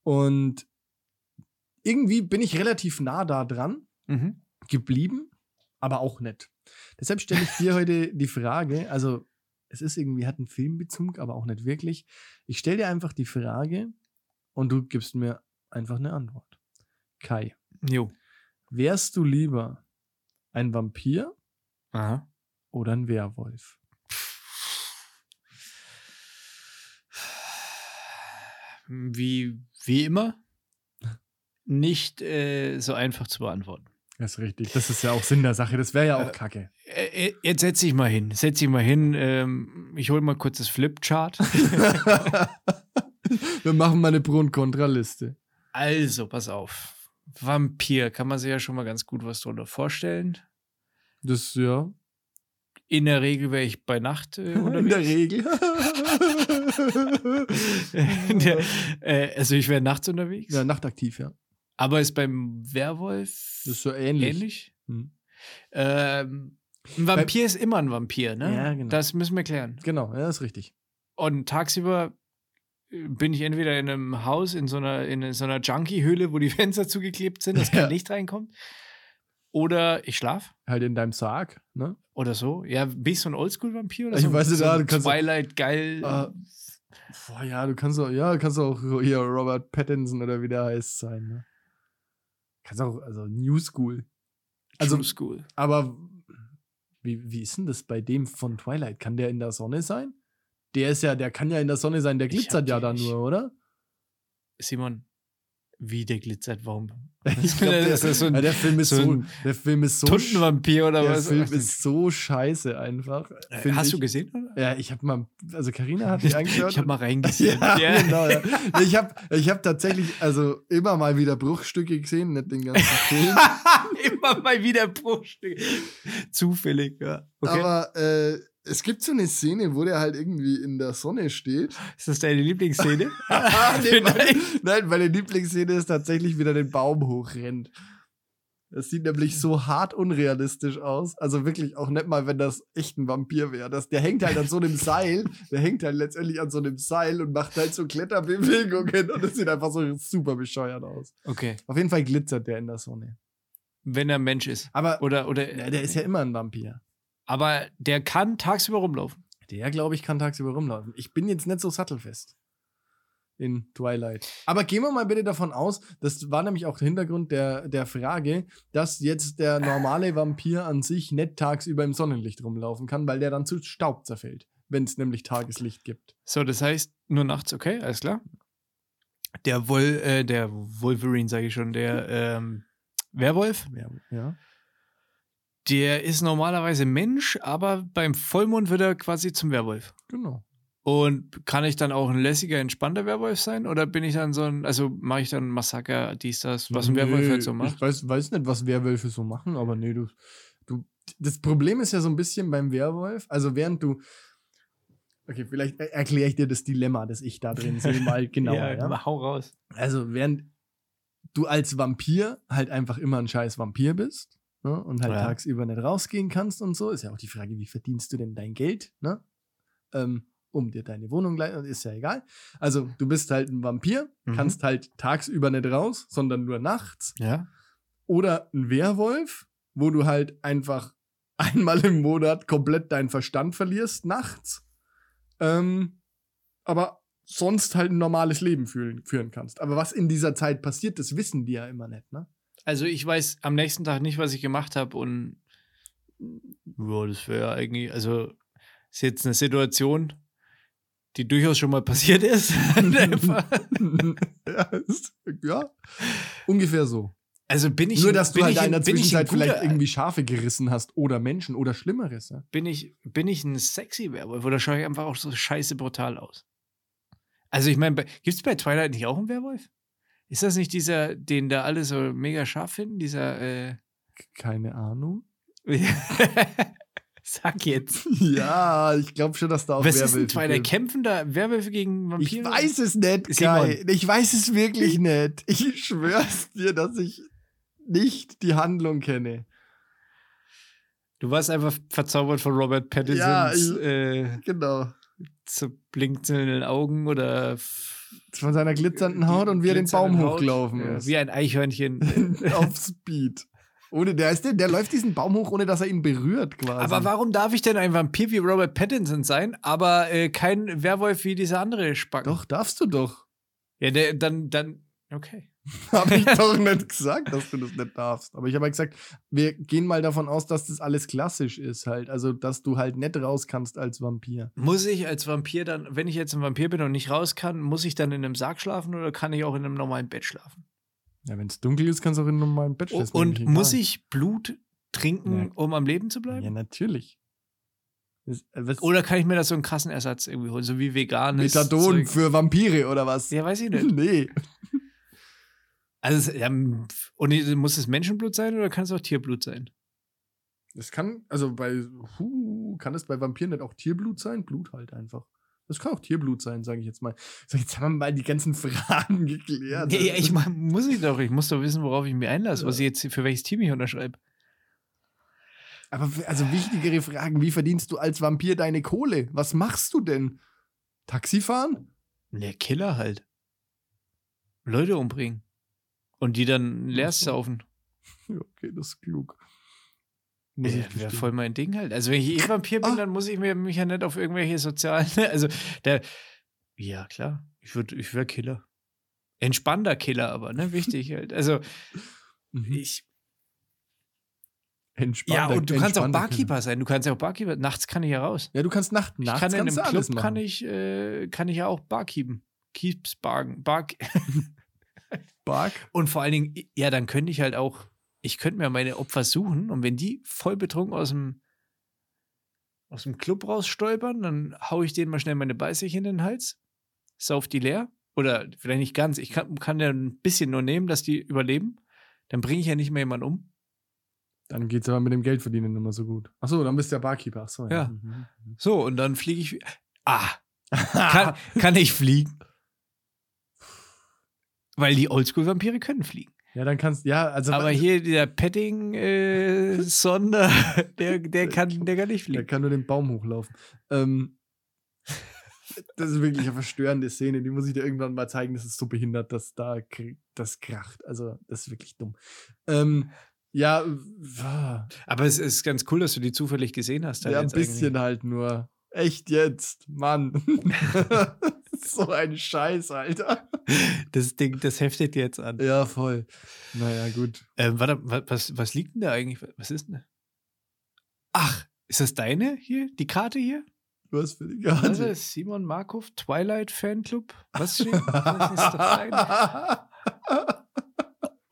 [SPEAKER 1] Und irgendwie bin ich relativ nah da dran
[SPEAKER 2] Mhm.
[SPEAKER 1] geblieben, aber auch nicht. Deshalb stelle ich dir heute die Frage, also es ist irgendwie, hat einen Filmbezug, aber auch nicht wirklich. Ich stelle dir einfach die Frage und du gibst mir einfach eine Antwort. Kai,
[SPEAKER 2] Jo.
[SPEAKER 1] wärst du lieber ein Vampir
[SPEAKER 2] Aha.
[SPEAKER 1] oder ein Werwolf?
[SPEAKER 2] Wie, wie immer, nicht äh, so einfach zu beantworten.
[SPEAKER 1] Das ist richtig. Das ist ja auch Sinn der Sache. Das wäre ja auch
[SPEAKER 2] Äh,
[SPEAKER 1] kacke.
[SPEAKER 2] Ä- ä- jetzt setz dich mal hin. Setz dich mal hin. Ähm, ich hole mal kurz das Flipchart.
[SPEAKER 1] Wir machen mal eine Pro- und Kontraliste.
[SPEAKER 2] also, pass auf. Vampir, kann man sich ja schon mal ganz gut was drunter vorstellen.
[SPEAKER 1] Das, ja,
[SPEAKER 2] In der Regel wäre ich bei Nacht äh, unterwegs.
[SPEAKER 1] in der Regel.
[SPEAKER 2] In der, äh, also ich wäre nachts unterwegs.
[SPEAKER 1] ja, nachtaktiv, ja.
[SPEAKER 2] Aber ist beim Werwolf
[SPEAKER 1] Das ist so ähnlich.
[SPEAKER 2] ähnlich?
[SPEAKER 1] Hm.
[SPEAKER 2] Ähm, ein Vampir ist immer ein Vampir, ne?
[SPEAKER 1] Ja, genau.
[SPEAKER 2] Das müssen wir klären.
[SPEAKER 1] Genau, ja, ist richtig.
[SPEAKER 2] Und tagsüber äh, bin ich entweder in einem Haus, in so einer, in so einer Junkie-Höhle, wo die Fenster zugeklebt sind, dass
[SPEAKER 1] Ja.
[SPEAKER 2] kein Licht reinkommt. Oder ich schlaf
[SPEAKER 1] Halt in deinem Sarg, ne?
[SPEAKER 2] oder so. Ja, bin ich so ein Oldschool-Vampir oder
[SPEAKER 1] Ich
[SPEAKER 2] so? ein-
[SPEAKER 1] weiß nicht,
[SPEAKER 2] so
[SPEAKER 1] ja,
[SPEAKER 2] ein
[SPEAKER 1] du kannst-
[SPEAKER 2] Twilight geil.
[SPEAKER 1] Ah. Boah, ja, du kannst auch, ja, kannst auch hier Robert Pattinson oder wie der heißt sein, ne? Kannst auch, also New School. Also,
[SPEAKER 2] True School.
[SPEAKER 1] aber wie, wie ist denn das bei dem von Twilight? Kann der in der Sonne sein? Der ist ja, der kann ja in der Sonne sein, der
[SPEAKER 2] Ich hab
[SPEAKER 1] glitzert ja
[SPEAKER 2] die-
[SPEAKER 1] da
[SPEAKER 2] ich-
[SPEAKER 1] nur, oder?
[SPEAKER 2] Simon, Wie der glitzert, warum?
[SPEAKER 1] Ich glaub, der,
[SPEAKER 2] Das ist so ein-
[SPEAKER 1] ja, der Film ist
[SPEAKER 2] so
[SPEAKER 1] so,
[SPEAKER 2] ein
[SPEAKER 1] der Film ist so, sch-
[SPEAKER 2] Tundenvampir oder
[SPEAKER 1] der
[SPEAKER 2] was?
[SPEAKER 1] Film ist so scheiße einfach.
[SPEAKER 2] Äh,
[SPEAKER 1] find
[SPEAKER 2] Hast
[SPEAKER 1] ich.
[SPEAKER 2] du gesehen? Oder?
[SPEAKER 1] Ja, ich habe mal, also Karina hat
[SPEAKER 2] Ich
[SPEAKER 1] mich angeschaut.
[SPEAKER 2] habe mal reingesehen.
[SPEAKER 1] ja,
[SPEAKER 2] Ja.
[SPEAKER 1] genau. Ja. Nee, Ich habe ich hab tatsächlich, also immer mal wieder Bruchstücke gesehen, nicht den ganzen Film.
[SPEAKER 2] Immer mal wieder Bruchstück. Zufällig, ja. Okay.
[SPEAKER 1] Aber äh, es gibt so eine Szene, wo der halt irgendwie in der Sonne steht.
[SPEAKER 2] ist das deine Lieblingsszene?
[SPEAKER 1] Nee, meine, nein, meine Lieblingsszene ist tatsächlich, wie er den Baum hochrennt. Das sieht nämlich so hart unrealistisch aus. Also wirklich auch nicht mal, wenn das echt ein Vampir wäre. Das- Der hängt halt an so einem Seil. Der hängt halt letztendlich an so einem Seil und macht halt so Kletterbewegungen. Und das sieht einfach so super bescheuert aus.
[SPEAKER 2] Okay.
[SPEAKER 1] Auf jeden Fall glitzert der in der Sonne.
[SPEAKER 2] Wenn er ein Mensch ist.
[SPEAKER 1] Aber
[SPEAKER 2] Oder, oder,
[SPEAKER 1] ja, der ist ja immer ein Vampir.
[SPEAKER 2] aber der kann tagsüber rumlaufen.
[SPEAKER 1] Der, glaube ich, kann tagsüber rumlaufen. Ich bin jetzt nicht so sattelfest in Twilight. Aber gehen wir mal bitte davon aus, das war nämlich auch der Hintergrund der, der Frage, dass jetzt der normale Vampir an sich nicht tagsüber im Sonnenlicht rumlaufen kann, weil der dann zu Staub zerfällt, wenn es nämlich Tageslicht gibt.
[SPEAKER 2] So, das heißt, nur nachts, okay, alles klar. Der, Wol äh, der Wolverine, sage ich schon, der ähm, Werwolf,
[SPEAKER 1] Ja. ja.
[SPEAKER 2] der ist normalerweise Mensch, aber beim Vollmond wird er quasi zum Werwolf.
[SPEAKER 1] Genau.
[SPEAKER 2] Und kann ich dann auch ein lässiger, entspannter Werwolf sein? Oder bin ich dann so ein, also mache ich dann Massaker, dies, das, was ein Werwolf
[SPEAKER 1] Nö,
[SPEAKER 2] halt so macht?
[SPEAKER 1] Ich weiß, weiß nicht, was Werwölfe so machen, aber nee, du, du. Das Problem ist ja so ein bisschen beim Werwolf, also während du. Okay, vielleicht erkläre ich dir das Dilemma, das ich da drin sehe, mal genauer. genau, ja?
[SPEAKER 2] hau raus.
[SPEAKER 1] Also, während du als Vampir halt einfach immer ein scheiß Vampir bist ne, und halt
[SPEAKER 2] Ja.
[SPEAKER 1] tagsüber nicht rausgehen kannst und so, ist ja auch die Frage, wie verdienst du denn dein Geld, ne? Ähm, um dir deine Wohnung leisten, ist ja egal. Also, du bist halt ein Vampir,
[SPEAKER 2] Mhm.
[SPEAKER 1] kannst halt tagsüber nicht raus, sondern nur nachts.
[SPEAKER 2] Ja.
[SPEAKER 1] Oder ein Werwolf, wo du halt einfach einmal im Monat komplett deinen Verstand verlierst, nachts. Ähm, aber sonst halt ein normales Leben fühlen, führen kannst. Aber was in dieser Zeit passiert, das wissen die ja immer nicht, ne?
[SPEAKER 2] Also ich weiß am nächsten Tag nicht, was ich gemacht habe und ja, das wäre eigentlich, also ist jetzt eine Situation, die durchaus schon mal passiert ist.
[SPEAKER 1] ja, ist, ja, ungefähr so.
[SPEAKER 2] also bin ich
[SPEAKER 1] Nur, dass du
[SPEAKER 2] bin
[SPEAKER 1] halt
[SPEAKER 2] ich
[SPEAKER 1] in der
[SPEAKER 2] bin ich
[SPEAKER 1] Zwischenzeit
[SPEAKER 2] ein guter-
[SPEAKER 1] vielleicht irgendwie Schafe gerissen hast oder Menschen oder Schlimmeres. Ja?
[SPEAKER 2] bin ich bin ich ein sexy Werwolf oder schaue ich einfach auch so scheiße brutal aus? Also ich meine, gibt es bei Twilight nicht auch einen Werwolf? Ist das nicht dieser, den da alle so mega scharf finden, dieser äh,
[SPEAKER 1] Keine Ahnung.
[SPEAKER 2] Sag jetzt.
[SPEAKER 1] Ja, ich glaube schon, dass da auch
[SPEAKER 2] Was ist
[SPEAKER 1] Werwölfe
[SPEAKER 2] denn Twilight?
[SPEAKER 1] gibt.
[SPEAKER 2] Kämpfen da Werwölfe gegen
[SPEAKER 1] Ich
[SPEAKER 2] Vampire?
[SPEAKER 1] weiß es nicht, Kai. Ich weiß es wirklich nicht. Ich schwör's dir, dass ich nicht die Handlung kenne.
[SPEAKER 2] Du warst einfach verzaubert von Robert Pattinsons
[SPEAKER 1] Ja,
[SPEAKER 2] äh,
[SPEAKER 1] Genau.
[SPEAKER 2] zu blinkenden Augen oder f-
[SPEAKER 1] Von seiner glitzernden Haut und wie er den Baum
[SPEAKER 2] glitzernden Haut.
[SPEAKER 1] hochgelaufen
[SPEAKER 2] Ja,
[SPEAKER 1] ist.
[SPEAKER 2] Wie ein Eichhörnchen.
[SPEAKER 1] Auf Speed. Ohne, der, ist, der, der läuft diesen Baum hoch, ohne dass er ihn berührt quasi.
[SPEAKER 2] aber warum darf ich denn ein Vampir wie Robert Pattinson sein, aber äh, kein Werwolf wie dieser andere Spacken?
[SPEAKER 1] Doch, darfst du doch.
[SPEAKER 2] Ja, der, dann, dann, okay.
[SPEAKER 1] Habe ich doch nicht gesagt, dass du das nicht darfst. Aber ich habe ja gesagt, wir gehen mal davon aus, dass das alles klassisch ist halt. Also, dass du halt nicht raus kannst als Vampir.
[SPEAKER 2] Muss ich als Vampir dann, wenn ich jetzt ein Vampir bin und nicht raus kann, muss ich dann in einem Sarg schlafen oder kann ich auch in einem normalen Bett schlafen?
[SPEAKER 1] Ja, wenn es dunkel ist, kannst du auch in einem normalen Bett
[SPEAKER 2] Oh,
[SPEAKER 1] schlafen.
[SPEAKER 2] und muss ich Blut trinken,
[SPEAKER 1] Ja.
[SPEAKER 2] um am Leben zu bleiben?
[SPEAKER 1] Ja, natürlich. Das, äh, was
[SPEAKER 2] Oder kann ich mir da so einen krassen Ersatz irgendwie holen, so wie veganes
[SPEAKER 1] Methadon
[SPEAKER 2] Zeug?
[SPEAKER 1] für Vampire oder was?
[SPEAKER 2] Ja, ne. weiß ich nicht.
[SPEAKER 1] nee.
[SPEAKER 2] Also, es- ja, m- und ich- muss es Menschenblut sein oder kann es auch Tierblut sein?
[SPEAKER 1] Das kann, also bei, huh, kann es bei Vampiren nicht auch Tierblut sein? Blut halt einfach. Das kann auch Tierblut sein, sage ich jetzt mal. So, jetzt haben wir mal die ganzen Fragen geklärt. Also,
[SPEAKER 2] Nee, ja, ich mein, muss ich doch. Ich muss doch wissen, worauf ich mich einlasse, was ich jetzt für welches Team ich unterschreibe.
[SPEAKER 1] Aber w- also wichtigere Fragen, wie verdienst du als Vampir deine Kohle? Was machst du denn? Taxifahren?
[SPEAKER 2] Der Killer halt. Leute umbringen. Und die dann leer
[SPEAKER 1] Ach so.
[SPEAKER 2] saufen.
[SPEAKER 1] Mhm. Ja, okay, das ist klug. Muss ich
[SPEAKER 2] Ja, Wäre
[SPEAKER 1] gestehen.
[SPEAKER 2] Also, voll mein Ding halt. Also, wenn ich eh Vampir bin,
[SPEAKER 1] Ah.
[SPEAKER 2] dann muss ich mir, mich ja nicht auf irgendwelche sozialen. Also, der. Ja, klar. Ich, würd- ich wäre Killer. Entspannter Killer, aber, ne? Wichtig halt. Also,
[SPEAKER 1] Mhm.
[SPEAKER 2] ich.
[SPEAKER 1] Entspannt.
[SPEAKER 2] Ja, und du kannst auch
[SPEAKER 1] entspannter Killer.
[SPEAKER 2] Barkeeper sein. Du kannst ja auch Barkeeper. Nachts kann ich ja raus.
[SPEAKER 1] Ja, du kannst nacht,
[SPEAKER 2] Ich
[SPEAKER 1] nachts
[SPEAKER 2] kann in
[SPEAKER 1] kannst
[SPEAKER 2] einem
[SPEAKER 1] du alles
[SPEAKER 2] Club
[SPEAKER 1] machen.
[SPEAKER 2] kann ich, äh, kann ich ja auch Barkeepen. Keeps Bargen. Bark.
[SPEAKER 1] Bark.
[SPEAKER 2] Und vor allen Dingen, ja, dann könnte ich halt auch, ich könnte mir meine Opfer suchen und wenn die voll betrunken aus dem, aus dem Club rausstolpern, dann hau ich denen mal schnell meine Beißig in den Hals, sauf die leer oder vielleicht nicht ganz, ich kann, kann ja ein bisschen nur nehmen, dass die überleben, dann bringe ich ja nicht mehr jemanden um.
[SPEAKER 1] Dann geht's aber mit dem Geldverdienen immer so gut. Achso, dann bist du ja Barkeeper. Achso,
[SPEAKER 2] Ja.
[SPEAKER 1] Mhm.
[SPEAKER 2] So, und dann fliege ich. Ah, kann, kann ich fliegen? Weil die Oldschool-Vampire können fliegen.
[SPEAKER 1] Ja, dann kannst ja, also
[SPEAKER 2] Aber hier dieser Petting-Sonder, der, der, kann, der kann nicht
[SPEAKER 1] der
[SPEAKER 2] fliegen.
[SPEAKER 1] kann nur den Baum hochlaufen. Ähm, das ist wirklich eine verstörende Szene, die muss ich dir irgendwann mal zeigen, das ist so behindert, dass da kr- das kracht. Also, das ist wirklich dumm. Ähm, ja, w-
[SPEAKER 2] Aber es ist ganz cool, dass du die zufällig gesehen hast. halt
[SPEAKER 1] Ja, ein
[SPEAKER 2] jetzt
[SPEAKER 1] bisschen halt nur. Echt jetzt, Mann. so ein Scheiß, Alter.
[SPEAKER 2] eigentlich. Das Ding, das heftet jetzt an.
[SPEAKER 1] Ja, voll. Naja, gut.
[SPEAKER 2] Ähm, warte, wa- was, was liegt denn da eigentlich? Was ist denn da? Ach, ist das deine hier? Die Karte hier?
[SPEAKER 1] Was für die
[SPEAKER 2] Was ist
[SPEAKER 1] Karte.
[SPEAKER 2] das? Simon Markov, Twilight Fanclub? Was steht? Was ist das deine?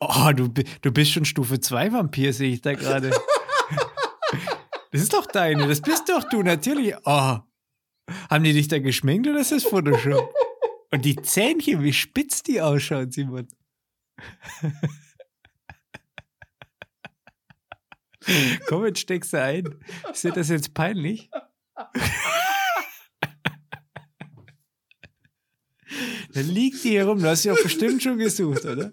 [SPEAKER 2] Oh, du, bi- du bist schon Stufe 2 Vampir, sehe ich da gerade. das ist doch deine, das bist doch du, natürlich. Oh. Haben die dich da geschminkt oder ist das Photoshop? Und die Zähnchen, wie spitz die ausschauen, Simon. Komm, jetzt steckst du ein. Ist dir das jetzt peinlich? Dann liegt die hier rum. Du hast sie auch bestimmt schon gesucht, oder?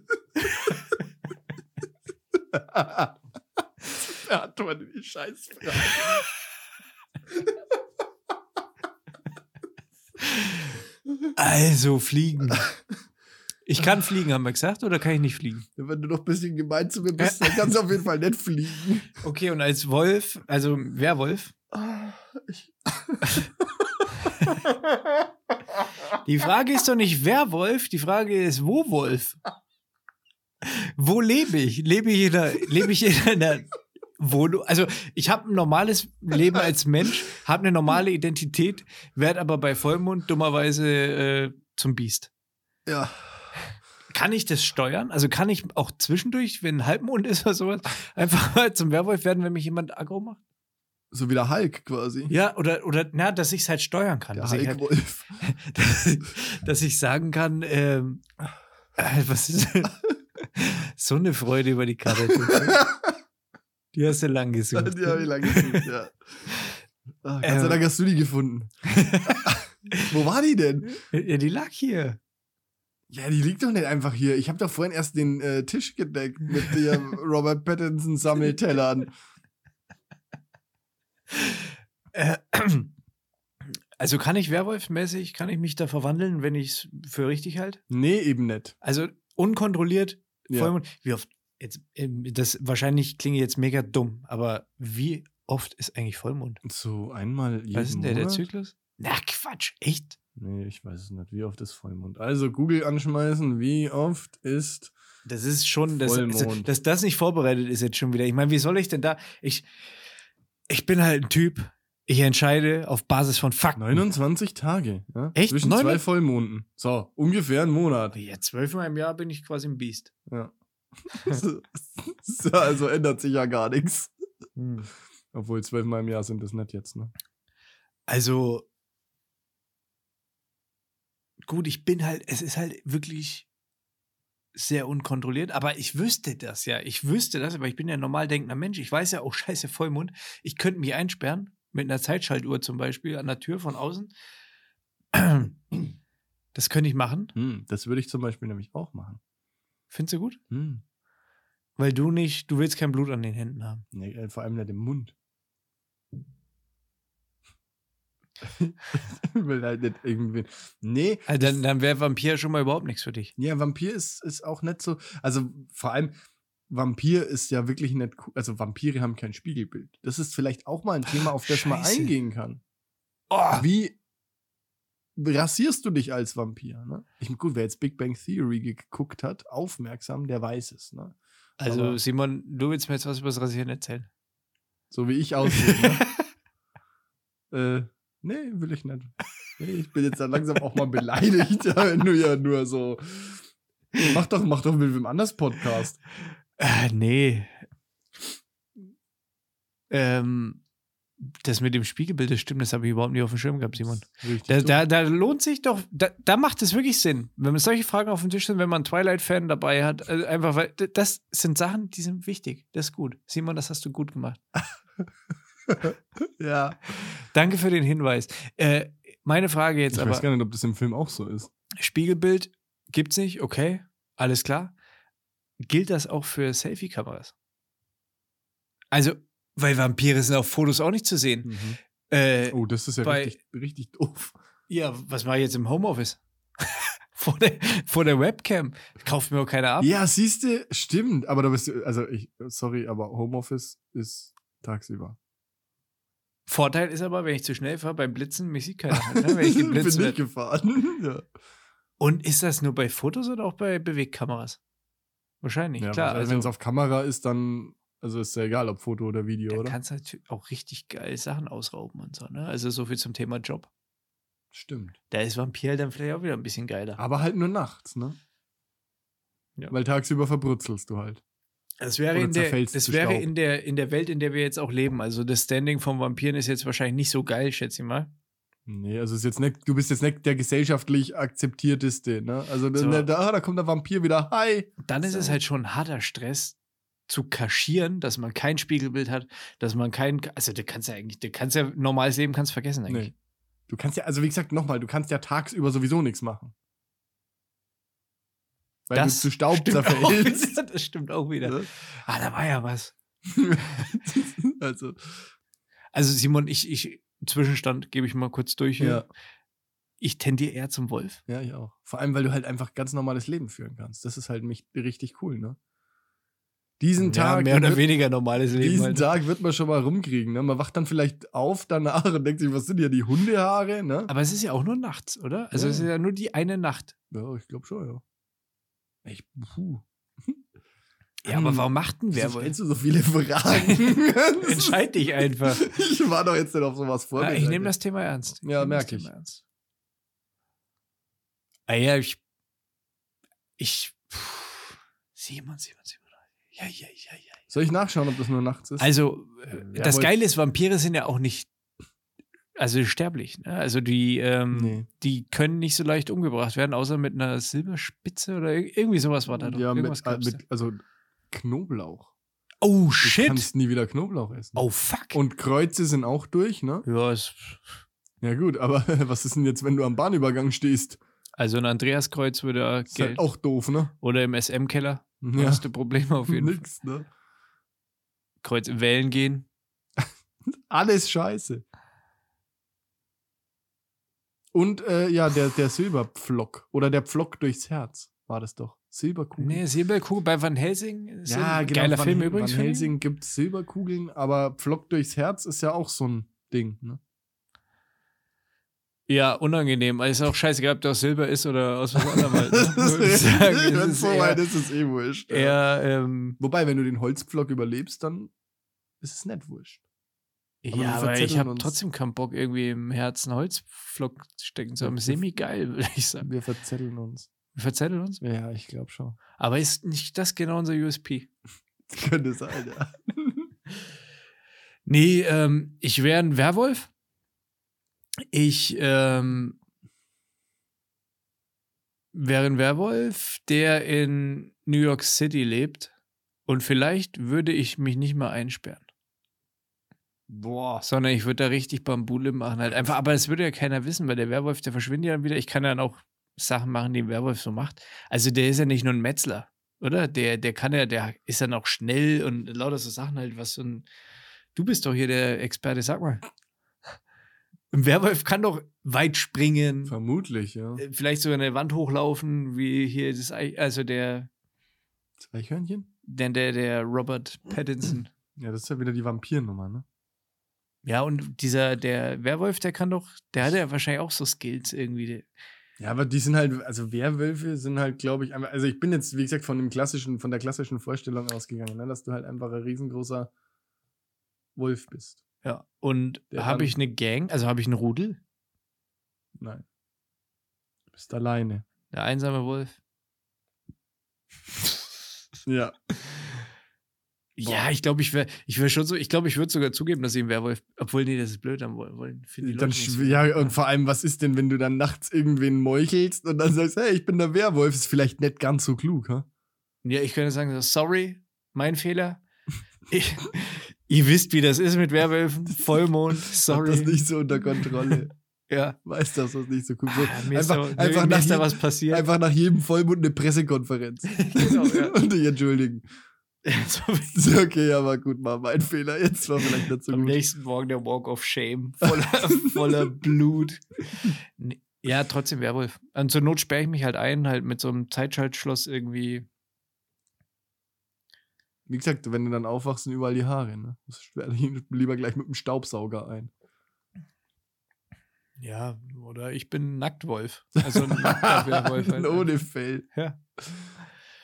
[SPEAKER 1] Beantworte die Scheißfrage.
[SPEAKER 2] Also fliegen. Ich kann fliegen, haben wir gesagt, oder kann ich nicht fliegen?
[SPEAKER 1] Wenn du noch ein bisschen gemein zu mir bist, dann kannst du auf jeden Fall nicht fliegen.
[SPEAKER 2] Okay, und als Wolf, also Werwolf, die Frage ist doch nicht Werwolf, die Frage ist wo Wolf? Wo lebe ich? Lebe ich in einer, lebe ich in einer Wohnung? Also ich habe ein normales Leben als Mensch, habe eine normale Identität, werde aber bei Vollmond dummerweise äh, zum Biest.
[SPEAKER 1] ja.
[SPEAKER 2] Kann ich das steuern? Also kann ich auch zwischendurch, wenn Halbmond ist oder sowas, einfach mal zum Werwolf werden, wenn mich jemand aggro macht?
[SPEAKER 1] So wie der Hulk quasi.
[SPEAKER 2] Ja, oder, oder na, dass ich es halt steuern kann.
[SPEAKER 1] Der
[SPEAKER 2] Dass ich, halt,
[SPEAKER 1] Hulk-Wolf.
[SPEAKER 2] dass, dass ich sagen kann, ähm, äh, was ist denn? so eine Freude über die Karte. Die hast du lang gesucht.
[SPEAKER 1] die habe ich lange gesucht, ja. Ah, Gott sei
[SPEAKER 2] Ähm.
[SPEAKER 1] Dank hast du die gefunden. Wo war die denn?
[SPEAKER 2] ne? ja, die lag hier.
[SPEAKER 1] Ja, die liegt doch nicht einfach hier. Ich habe doch vorhin erst den äh, Tisch gedeckt mit dem Robert Pattinson Sammeltellern.
[SPEAKER 2] Äh, Also kann ich Werwolf-mäßig, kann ich mich da verwandeln, wenn ich es für richtig halte?
[SPEAKER 1] Nee, eben nicht.
[SPEAKER 2] Also unkontrolliert
[SPEAKER 1] Ja.
[SPEAKER 2] Vollmond. Wie oft? Jetzt, ähm, das wahrscheinlich klinge ich jetzt mega dumm, aber wie oft ist eigentlich Vollmond?
[SPEAKER 1] So einmal jeden
[SPEAKER 2] Was ist denn der, der
[SPEAKER 1] Monat?
[SPEAKER 2] Zyklus? Na Quatsch, echt?
[SPEAKER 1] Nee, ich weiß es nicht. Wie oft ist Vollmond? Also Google anschmeißen, wie oft ist
[SPEAKER 2] Das ist schon, das, also,
[SPEAKER 1] Vollmond.
[SPEAKER 2] dass das nicht vorbereitet ist jetzt schon wieder. Ich meine, wie soll ich denn da? Ich, ich bin halt ein Typ. Ich entscheide auf Basis von Fakten.
[SPEAKER 1] 29 Tage. Ja?
[SPEAKER 2] Echt?
[SPEAKER 1] Zwischen
[SPEAKER 2] Neun-
[SPEAKER 1] zwei Vollmonden. So, ungefähr einen Monat.
[SPEAKER 2] Ja, zwölfmal im Jahr bin ich quasi ein Biest.
[SPEAKER 1] so, also ändert sich ja gar nichts. Obwohl zwölfmal im Jahr sind das nicht jetzt, ne?
[SPEAKER 2] Also gut, ich bin halt, es ist halt wirklich sehr unkontrolliert, aber ich wüsste das ja. Ich wüsste das, aber ich bin ja ein normal denkender Mensch. Ich weiß ja auch scheiße Vollmond. Ich könnte mich einsperren mit einer Zeitschaltuhr zum Beispiel an der Tür von außen. Das könnte ich machen.
[SPEAKER 1] Hm, das würde ich zum Beispiel nämlich auch machen.
[SPEAKER 2] Findest du gut?
[SPEAKER 1] Hm.
[SPEAKER 2] Weil du nicht, du willst kein Blut an den Händen haben.
[SPEAKER 1] Nee, äh, vor allem nicht im Mund. Will halt nicht irgendwen. Nee,
[SPEAKER 2] Also dann dann wäre Vampir schon mal überhaupt nichts für dich.
[SPEAKER 1] ja, Vampir ist, ist auch nicht so. Also vor allem, Vampir ist ja wirklich nicht cool. Also Vampire haben kein Spiegelbild. Das ist vielleicht auch mal ein Thema, auf das man
[SPEAKER 2] Scheiße.
[SPEAKER 1] eingehen kann.
[SPEAKER 2] Oh,
[SPEAKER 1] Wie rasierst du dich als Vampir? Ne? Ich, gut, wer jetzt Big Bang Theory geguckt hat, aufmerksam, der weiß es. Ne?
[SPEAKER 2] also
[SPEAKER 1] aber-
[SPEAKER 2] Simon, du willst mir jetzt was über das Rasieren erzählen.
[SPEAKER 1] So wie ich aussehe. ne? äh, nee, will ich nicht. Nee, ich bin jetzt dann langsam auch mal beleidigt, wenn du ja nur so Mach doch, mach doch mit wem anders Podcast.
[SPEAKER 2] Äh, nee. Ähm, das mit dem Spiegelbild, das stimmt, das habe ich überhaupt nicht auf dem Schirm gehabt, Simon.
[SPEAKER 1] Richtig
[SPEAKER 2] Da,
[SPEAKER 1] so.
[SPEAKER 2] da, da lohnt sich doch, da, da macht es wirklich Sinn, wenn solche Fragen auf dem Tisch sind, wenn man einen Twilight-Fan dabei hat. Also einfach, weil d- das sind Sachen, die sind wichtig. Das ist gut. Simon, das hast du gut gemacht.
[SPEAKER 1] ja.
[SPEAKER 2] Danke für den Hinweis. Äh, meine Frage jetzt
[SPEAKER 1] Ich
[SPEAKER 2] aber:
[SPEAKER 1] weiß gar nicht, ob das im Film auch so ist.
[SPEAKER 2] Spiegelbild gibt's nicht, okay, alles klar. Gilt das auch für Selfie-Kameras? Also, weil Vampire sind auf Fotos auch nicht zu sehen.
[SPEAKER 1] Mhm.
[SPEAKER 2] Äh,
[SPEAKER 1] Oh, das ist ja
[SPEAKER 2] Bei-
[SPEAKER 1] richtig, richtig doof.
[SPEAKER 2] Ja, was mache ich jetzt im Homeoffice? vor, der, vor der Webcam. Kauft mir auch keiner ab.
[SPEAKER 1] Ja, siehst du, stimmt. Aber da bist du, also ich, sorry, aber Homeoffice ist tagsüber.
[SPEAKER 2] Vorteil ist aber, wenn ich zu schnell fahre beim Blitzen, mich sieht keiner. Ne, wenn ich
[SPEAKER 1] Bin
[SPEAKER 2] geblitzt
[SPEAKER 1] ich
[SPEAKER 2] werde.
[SPEAKER 1] gefahren. ja.
[SPEAKER 2] Und ist das nur bei Fotos oder auch bei Bewegkameras? Wahrscheinlich,
[SPEAKER 1] Ja,
[SPEAKER 2] klar.
[SPEAKER 1] also,
[SPEAKER 2] Also,
[SPEAKER 1] wenn es auf Kamera ist, dann, also ist ja egal, ob Foto oder Video,
[SPEAKER 2] da
[SPEAKER 1] oder?
[SPEAKER 2] kannst du natürlich auch richtig geil Sachen ausrauben und so. Ne? Also so viel zum Thema Job.
[SPEAKER 1] Stimmt.
[SPEAKER 2] Da ist Vampir halt dann vielleicht auch wieder ein bisschen geiler.
[SPEAKER 1] Aber halt nur nachts, ne?
[SPEAKER 2] Ja.
[SPEAKER 1] Weil tagsüber verbrutzelst du halt.
[SPEAKER 2] Das wäre,
[SPEAKER 1] Oder
[SPEAKER 2] in der,
[SPEAKER 1] zerfällst
[SPEAKER 2] das
[SPEAKER 1] zu
[SPEAKER 2] wäre
[SPEAKER 1] Staub.
[SPEAKER 2] in, der, in der Welt, in der wir jetzt auch leben. Also das Standing von Vampiren ist jetzt wahrscheinlich nicht so geil, schätze ich mal.
[SPEAKER 1] Nee, also ist jetzt nicht, du bist jetzt nicht der gesellschaftlich akzeptierteste, ne? Also
[SPEAKER 2] So.
[SPEAKER 1] da, da, da kommt der Vampir wieder, hi!
[SPEAKER 2] dann ist es
[SPEAKER 1] So.
[SPEAKER 2] halt schon harter Stress zu kaschieren, dass man kein Spiegelbild hat, dass man kein, also du kannst ja eigentlich, du kannst ja normales Leben kannst vergessen eigentlich.
[SPEAKER 1] Nee. Du kannst ja, also wie gesagt, nochmal, du kannst ja tagsüber sowieso nichts machen. Weil
[SPEAKER 2] Das
[SPEAKER 1] du zu Staub
[SPEAKER 2] stimmt auch
[SPEAKER 1] zerfällst.
[SPEAKER 2] wieder, das stimmt auch wieder.
[SPEAKER 1] ne?
[SPEAKER 2] Ah, da war ja was.
[SPEAKER 1] also,
[SPEAKER 2] Also Simon, ich, ich Zwischenstand gebe ich mal kurz durch. hier.
[SPEAKER 1] ja.
[SPEAKER 2] Ich tendiere eher zum Wolf.
[SPEAKER 1] ja, ich auch. Vor allem, weil du halt einfach ganz normales Leben führen kannst. Das ist halt mich richtig cool, ne? Diesen Tag.
[SPEAKER 2] mehr oder
[SPEAKER 1] wird-
[SPEAKER 2] weniger normales Leben.
[SPEAKER 1] Diesen
[SPEAKER 2] halt.
[SPEAKER 1] Tag wird man schon mal rumkriegen. Ne? Man wacht dann vielleicht auf danach und denkt sich, was sind hier die Hundehaare? Ne?
[SPEAKER 2] Aber es ist ja auch nur nachts, oder? Also
[SPEAKER 1] Ja.
[SPEAKER 2] es ist ja nur die eine Nacht.
[SPEAKER 1] Ja, ich glaube schon, ja. Ich, puh.
[SPEAKER 2] Ja, aber
[SPEAKER 1] Hm.
[SPEAKER 2] warum macht ein
[SPEAKER 1] Wieso
[SPEAKER 2] Werwolf?
[SPEAKER 1] stellst du so viele Fragen?
[SPEAKER 2] Entscheid dich einfach.
[SPEAKER 1] ich war doch jetzt nicht auf sowas
[SPEAKER 2] Ja,
[SPEAKER 1] vorbereitet.
[SPEAKER 2] ich nehme das Thema ernst.
[SPEAKER 1] Ja,
[SPEAKER 2] nehm das
[SPEAKER 1] merk ich.
[SPEAKER 2] Thema ernst. Ah ja, ich. Ich. Pff, Simon, Simon, Simon. Ja, ja, ja, ja.
[SPEAKER 1] Soll ich nachschauen, ob das nur nachts ist?
[SPEAKER 2] Also, äh,
[SPEAKER 1] Werwolf-
[SPEAKER 2] das Geile ist, Vampire sind ja auch nicht. Also sterblich. Ne? Also die, ähm,
[SPEAKER 1] Nee.
[SPEAKER 2] die können nicht so leicht umgebracht werden, außer mit einer Silberspitze oder ir- irgendwie sowas war da doch.
[SPEAKER 1] ja,
[SPEAKER 2] Irgendwas
[SPEAKER 1] mit, äh,
[SPEAKER 2] gab's da.
[SPEAKER 1] mit, also Knoblauch.
[SPEAKER 2] oh
[SPEAKER 1] Du
[SPEAKER 2] shit!
[SPEAKER 1] kannst nie wieder Knoblauch essen.
[SPEAKER 2] Oh fuck!
[SPEAKER 1] Und Kreuze sind auch durch, ne?
[SPEAKER 2] ja, es,
[SPEAKER 1] Ja gut, aber was ist denn jetzt, wenn du am Bahnübergang stehst?
[SPEAKER 2] also ein Andreaskreuz würde
[SPEAKER 1] Ist
[SPEAKER 2] Geld.
[SPEAKER 1] halt auch doof, ne?
[SPEAKER 2] Oder im SM-Keller.
[SPEAKER 1] Ja,
[SPEAKER 2] Hast du Probleme auf jeden Fall.
[SPEAKER 1] nix, ne?
[SPEAKER 2] Kreuz Wellen gehen.
[SPEAKER 1] Alles scheiße. Und äh, ja, der, der Silberpflock oder der Pflock durchs Herz war das doch. Silberkugeln.
[SPEAKER 2] Nee, Silberkugel bei Van Helsing. Ist
[SPEAKER 1] ja,
[SPEAKER 2] ein
[SPEAKER 1] genau.
[SPEAKER 2] Geiler
[SPEAKER 1] Van-
[SPEAKER 2] Film übrigens.
[SPEAKER 1] Van
[SPEAKER 2] finde ich.
[SPEAKER 1] Helsing gibt Silberkugeln, aber Pflock durchs Herz ist ja auch so ein Ding. Ne?
[SPEAKER 2] Ja, unangenehm. Also ist auch scheißegal, ob das Silber ist oder aus was anderem. halt, ne? Würde ich sagen, es
[SPEAKER 1] Wenn
[SPEAKER 2] ist
[SPEAKER 1] es soweit ist, ist eh wurscht.
[SPEAKER 2] eher,
[SPEAKER 1] Ja.
[SPEAKER 2] eher, ähm,
[SPEAKER 1] Wobei, wenn du den Holzpflock überlebst, dann ist es nicht wurscht. Aber wir
[SPEAKER 2] ja, aber ich
[SPEAKER 1] verzetteln
[SPEAKER 2] habe
[SPEAKER 1] uns.
[SPEAKER 2] trotzdem keinen Bock, irgendwie im Herzen Holzpflock stecken zu haben.
[SPEAKER 1] Wir-
[SPEAKER 2] Semi-geil, würde ich sagen.
[SPEAKER 1] Wir verzetteln uns.
[SPEAKER 2] Wir verzetteln uns.
[SPEAKER 1] Ja, ich glaube schon.
[SPEAKER 2] Aber ist nicht das genau unser USP?
[SPEAKER 1] Könnte sein, ja.
[SPEAKER 2] Nee, ähm, ich wäre ein Werwolf. Ich ähm, wäre ein Werwolf, der in New York City lebt. Und vielleicht würde ich mich nicht mal einsperren,
[SPEAKER 1] Boah.
[SPEAKER 2] sondern ich würde da richtig Bambule machen. Halt einfach, aber das würde ja keiner wissen, weil der Werwolf, der verschwindet ja dann wieder. Ich kann dann auch Sachen machen, die ein Werwolf so macht. Also der ist ja nicht nur ein Metzler, oder? Der, der kann ja, der ist dann auch schnell und lauter so Sachen halt, was so ein. Du bist doch hier der Experte, sag mal. Ein Werwolf kann doch weit springen,
[SPEAKER 1] Vermutlich, ja.
[SPEAKER 2] äh, vielleicht sogar eine Wand hochlaufen, wie hier das, Ei- also der,
[SPEAKER 1] Das Eichhörnchen?
[SPEAKER 2] der, der, der Robert Pattinson.
[SPEAKER 1] Ja, das ist ja wieder die Vampirnummer, ne?
[SPEAKER 2] Ja, und dieser, der Werwolf, der kann doch, der hat ja wahrscheinlich auch so Skills irgendwie.
[SPEAKER 1] Ja, aber die sind halt, also Werwölfe sind halt, glaube ich, einfach, also ich bin jetzt, wie gesagt, von dem klassischen, von der klassischen Vorstellung ausgegangen, ne, dass du halt einfach ein riesengroßer Wolf bist.
[SPEAKER 2] Ja. Und
[SPEAKER 1] Der
[SPEAKER 2] habe
[SPEAKER 1] kann-
[SPEAKER 2] ich eine Gang, also habe ich einen Rudel?
[SPEAKER 1] Nein. Du bist alleine.
[SPEAKER 2] Der einsame Wolf.
[SPEAKER 1] Ja.
[SPEAKER 2] Ja, ich glaube, ich wäre ich wär schon so, ich glaube, ich würde sogar zugeben, dass ich ein Werwolf, obwohl, nee, das ist blöd, dann woll- wollen, finden die Leute
[SPEAKER 1] Dann,
[SPEAKER 2] nicht
[SPEAKER 1] schw-
[SPEAKER 2] so.
[SPEAKER 1] ja, und vor allem, was ist denn, wenn du dann nachts irgendwen meuchelst und dann sagst, hey, ich bin der Werwolf, ist vielleicht nicht ganz so klug, ha?
[SPEAKER 2] Ja, ich könnte sagen, so, sorry, mein Fehler. Ich, ihr wisst, wie das ist mit Werwölfen, Vollmond,
[SPEAKER 1] Hab
[SPEAKER 2] sorry.
[SPEAKER 1] das nicht so unter Kontrolle.
[SPEAKER 2] ja.
[SPEAKER 1] Weiß, dass das nicht so cool wird.
[SPEAKER 2] Ah, mir
[SPEAKER 1] Einfach-
[SPEAKER 2] ist da,
[SPEAKER 1] einfach
[SPEAKER 2] mir
[SPEAKER 1] nach
[SPEAKER 2] ist da
[SPEAKER 1] jedem-
[SPEAKER 2] was passiert.
[SPEAKER 1] Einfach nach jedem Vollmond eine Pressekonferenz.
[SPEAKER 2] Genau, ja.
[SPEAKER 1] und dich entschuldigen.
[SPEAKER 2] so, wie
[SPEAKER 1] So, Okay, ja, war gut, war mein Fehler. Jetzt war vielleicht nicht so
[SPEAKER 2] am
[SPEAKER 1] gut.
[SPEAKER 2] nächsten Morgen der Walk of Shame, voller, voller Blut. Nee, Ja, trotzdem Werwolf. Und zur Not sperre ich mich halt ein, halt mit so einem Zeitschaltschloss irgendwie.
[SPEAKER 1] Wie gesagt, wenn du dann aufwachst, sind überall die Haare. Ne? Das sperrt dich lieber gleich mit dem Staubsauger ein.
[SPEAKER 2] Ja, oder ich bin Nacktwolf. Also ein nackter Werwolf. halt.
[SPEAKER 1] Ohne Fell.
[SPEAKER 2] Ja.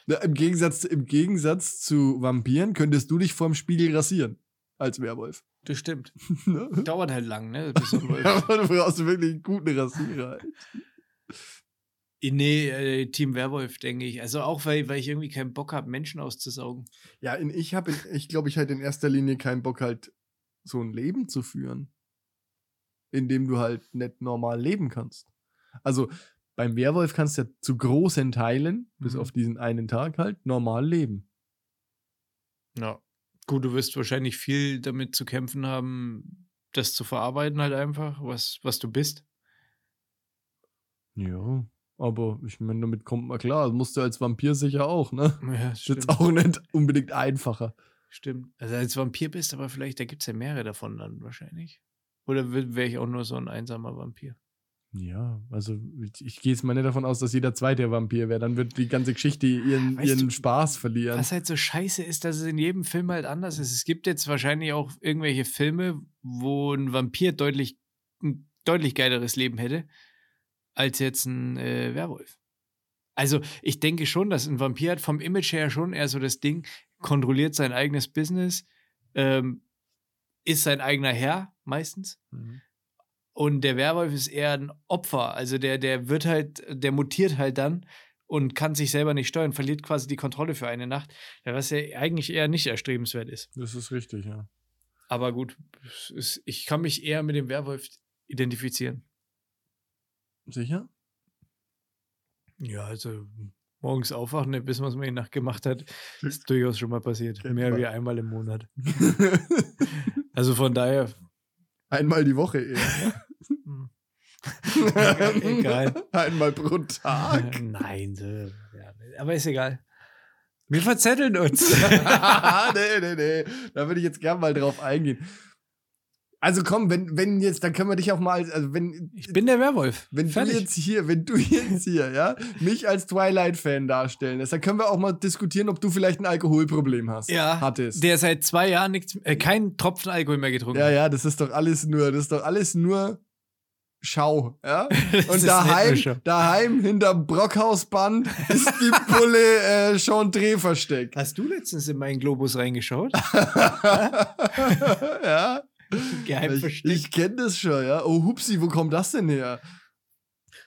[SPEAKER 1] Na, im, Gegensatz, Im Gegensatz zu Vampiren könntest du dich vorm Spiegel rasieren. Als Werwolf.
[SPEAKER 2] Das stimmt.
[SPEAKER 1] Ne?
[SPEAKER 2] Dauert halt lang, ne? Bis so ein Wolf.
[SPEAKER 1] Aber du brauchst wirklich einen guten Rasierer.
[SPEAKER 2] Nee, äh, Team Werwolf, denke ich. Also auch, weil, weil ich irgendwie keinen Bock habe, Menschen auszusaugen.
[SPEAKER 1] Ja, in, ich habe, ich glaube, ich hatte in erster Linie keinen Bock, halt so ein Leben zu führen, in dem du halt nicht normal leben kannst. Also beim Werwolf kannst du ja zu großen Teilen, bis
[SPEAKER 2] Mhm.
[SPEAKER 1] auf diesen einen Tag halt, normal leben.
[SPEAKER 2] Ja. Gut, du wirst wahrscheinlich viel damit zu kämpfen haben, das zu verarbeiten halt einfach, was, was du bist.
[SPEAKER 1] Ja. Aber ich meine, damit kommt man klar. Das musst du als Vampir sicher auch, ne?
[SPEAKER 2] Ja,
[SPEAKER 1] Ist jetzt auch nicht unbedingt einfacher.
[SPEAKER 2] stimmt. Also als Vampir bist, aber vielleicht, da gibt es ja mehrere davon dann wahrscheinlich. Oder wäre ich auch nur so ein einsamer Vampir?
[SPEAKER 1] Ja, also ich, ich gehe jetzt mal nicht davon aus, dass jeder zweite Vampir wäre. Dann wird die ganze Geschichte ihren,
[SPEAKER 2] Weißt
[SPEAKER 1] ihren
[SPEAKER 2] du,
[SPEAKER 1] Spaß verlieren.
[SPEAKER 2] Was halt so scheiße ist, dass es in jedem Film halt anders ist. Es gibt jetzt wahrscheinlich auch irgendwelche Filme, wo ein Vampir deutlich, ein deutlich geileres Leben hätte, als jetzt ein äh, Werwolf. Also, ich denke schon, dass ein Vampir hat vom Image her schon eher so das Ding, kontrolliert sein eigenes Business, ähm, ist sein eigener Herr meistens.
[SPEAKER 1] Mhm.
[SPEAKER 2] Und der Werwolf ist eher ein Opfer. Also der, der wird halt, der mutiert halt dann und kann sich selber nicht steuern, verliert quasi die Kontrolle für eine Nacht, ja, was ja eigentlich eher nicht erstrebenswert ist.
[SPEAKER 1] Das ist richtig, ja.
[SPEAKER 2] Aber gut, es ist, ich kann mich eher mit dem Werwolf identifizieren.
[SPEAKER 1] Sicher?
[SPEAKER 2] Ja, also morgens aufwachen, ne, bis man es mal in der Nacht gemacht hat, ist durchaus schon mal passiert.
[SPEAKER 1] Kennt
[SPEAKER 2] Mehr
[SPEAKER 1] man.
[SPEAKER 2] wie einmal im Monat. Also von daher, hm,
[SPEAKER 1] Einmal die Woche eher.
[SPEAKER 2] Egal.
[SPEAKER 1] Einmal pro Tag.
[SPEAKER 2] nein, so, ja, aber ist egal. Wir verzetteln uns.
[SPEAKER 1] nee, nee, nee. Da würde ich jetzt gern mal drauf eingehen. Also komm, wenn, wenn jetzt, dann können wir dich auch mal, als- also wenn,
[SPEAKER 2] Ich bin der Werwolf.
[SPEAKER 1] wenn du
[SPEAKER 2] Fertig.
[SPEAKER 1] jetzt hier, wenn du jetzt hier, ja, mich als Twilight-Fan darstellen lässt, dann können wir auch mal diskutieren, ob du vielleicht ein Alkoholproblem hast.
[SPEAKER 2] Ja,
[SPEAKER 1] Hattest.
[SPEAKER 2] der seit zwei Jahren nichts, äh, keinen Tropfen Alkohol mehr getrunken
[SPEAKER 1] Ja,
[SPEAKER 2] hat.
[SPEAKER 1] ja, das ist doch alles nur, das ist doch alles nur Schau, ja?
[SPEAKER 2] Das ist
[SPEAKER 1] Und
[SPEAKER 2] nicht nur
[SPEAKER 1] daheim,
[SPEAKER 2] Schau.
[SPEAKER 1] daheim hinterm Brockhausband ist die Pulle äh, Chantre versteckt.
[SPEAKER 2] Hast du letztens in meinen Globus reingeschaut?
[SPEAKER 1] ja.
[SPEAKER 2] Geheim
[SPEAKER 1] Ich,
[SPEAKER 2] versteckt.
[SPEAKER 1] ich kenne das schon, ja. Oh, Hupsi, wo kommt das denn her?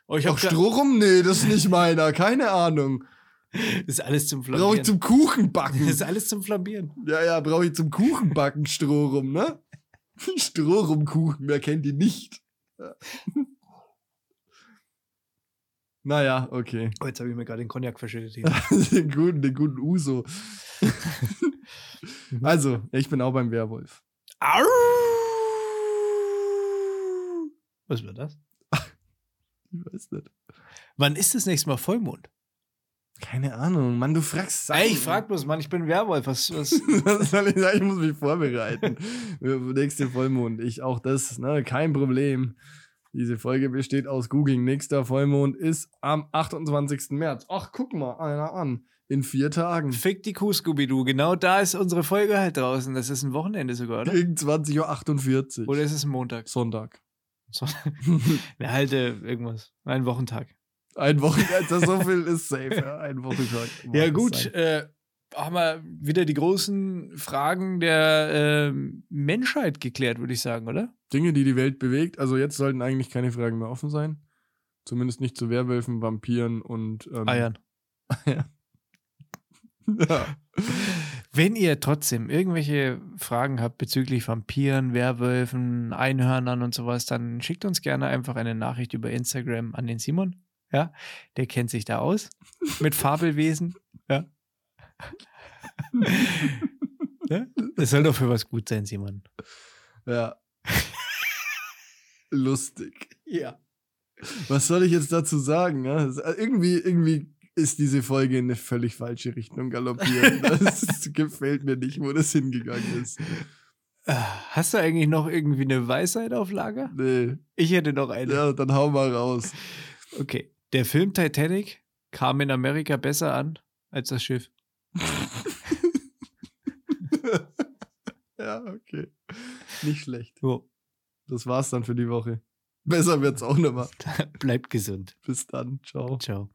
[SPEAKER 2] oh, ich
[SPEAKER 1] Auch
[SPEAKER 2] hab da,
[SPEAKER 1] Strohrum? Nee, das ist nicht meiner. Keine Ahnung.
[SPEAKER 2] das ist alles zum
[SPEAKER 1] Brauche
[SPEAKER 2] Flambieren.
[SPEAKER 1] ich zum Kuchen
[SPEAKER 2] das
[SPEAKER 1] backen.
[SPEAKER 2] ist alles zum Flambieren.
[SPEAKER 1] Ja, ja, brauche ich zum Kuchen backen Strohrum, ne? Strohrumkuchen, wer kennt die nicht? Ja. Naja, okay.
[SPEAKER 2] Oh, jetzt habe ich mir gerade den Cognac verschüttet. hier.
[SPEAKER 1] den guten, den guten Uso. also, ich bin auch beim Werwolf.
[SPEAKER 2] Au! Was war das?
[SPEAKER 1] Ich weiß nicht.
[SPEAKER 2] Wann ist das nächste Mal Vollmond?
[SPEAKER 1] Keine Ahnung, Mann, du fragst Sachen.
[SPEAKER 2] Ey, ich frag bloß, Mann, ich bin Werwolf. Was, was?
[SPEAKER 1] Was soll ich sagen? Ich muss mich vorbereiten. Nächste Vollmond, ich auch das, ne? Kein Problem. Diese Folge besteht aus Googling. Nächster Vollmond ist am 28. März. Ach, guck mal, einer an. In vier Tagen.
[SPEAKER 2] Fick die Kuh, Scooby-Doo. Genau da ist unsere Folge halt draußen. Das ist ein Wochenende sogar, oder?
[SPEAKER 1] Gegen 20.48 Uhr.
[SPEAKER 2] Oder ist es ein Montag?
[SPEAKER 1] Sonntag.
[SPEAKER 2] So, eine halte irgendwas. Ein Wochentag.
[SPEAKER 1] Ein Wochentag, das so viel ist safe. Ja, ein Wochentag.
[SPEAKER 2] Ja,
[SPEAKER 1] mag
[SPEAKER 2] gut.
[SPEAKER 1] sein.
[SPEAKER 2] Äh, haben wir wieder die großen Fragen der ähm, Menschheit geklärt, würde ich sagen, oder?
[SPEAKER 1] Dinge, die die Welt bewegt. Also jetzt sollten eigentlich keine Fragen mehr offen sein. ähm,
[SPEAKER 2] Ah,
[SPEAKER 1] Zumindest nicht zu Werwölfen, Vampiren und ähm,
[SPEAKER 2] Eiern.
[SPEAKER 1] Ja.
[SPEAKER 2] Wenn ihr trotzdem irgendwelche Fragen habt bezüglich Vampiren, Werwölfen, Einhörnern und sowas, dann schickt uns gerne einfach eine Nachricht über Instagram an den Simon. Ja, der kennt sich da aus mit Fabelwesen. Ja. ne? Das soll doch für was gut sein, Simon.
[SPEAKER 1] ja. Lustig.
[SPEAKER 2] Ja.
[SPEAKER 1] Was soll ich jetzt dazu sagen? Ja? Es- äh, Irgendwie, irgendwie ist diese Folge in eine völlig falsche Richtung galoppiert. Das gefällt mir nicht, wo das hingegangen ist.
[SPEAKER 2] Hast du eigentlich noch irgendwie eine Weisheit auf Lager?
[SPEAKER 1] Nee.
[SPEAKER 2] Ich hätte noch eine.
[SPEAKER 1] Ja, dann hau mal raus.
[SPEAKER 2] Okay. Der Film Titanic kam in Amerika besser an als das Schiff.
[SPEAKER 1] Ja, okay. Nicht schlecht.
[SPEAKER 2] So.
[SPEAKER 1] Das war's dann für die Woche. Besser wird's auch nicht mehr.
[SPEAKER 2] Bleibt gesund.
[SPEAKER 1] Bis dann. Ciao.
[SPEAKER 2] Ciao.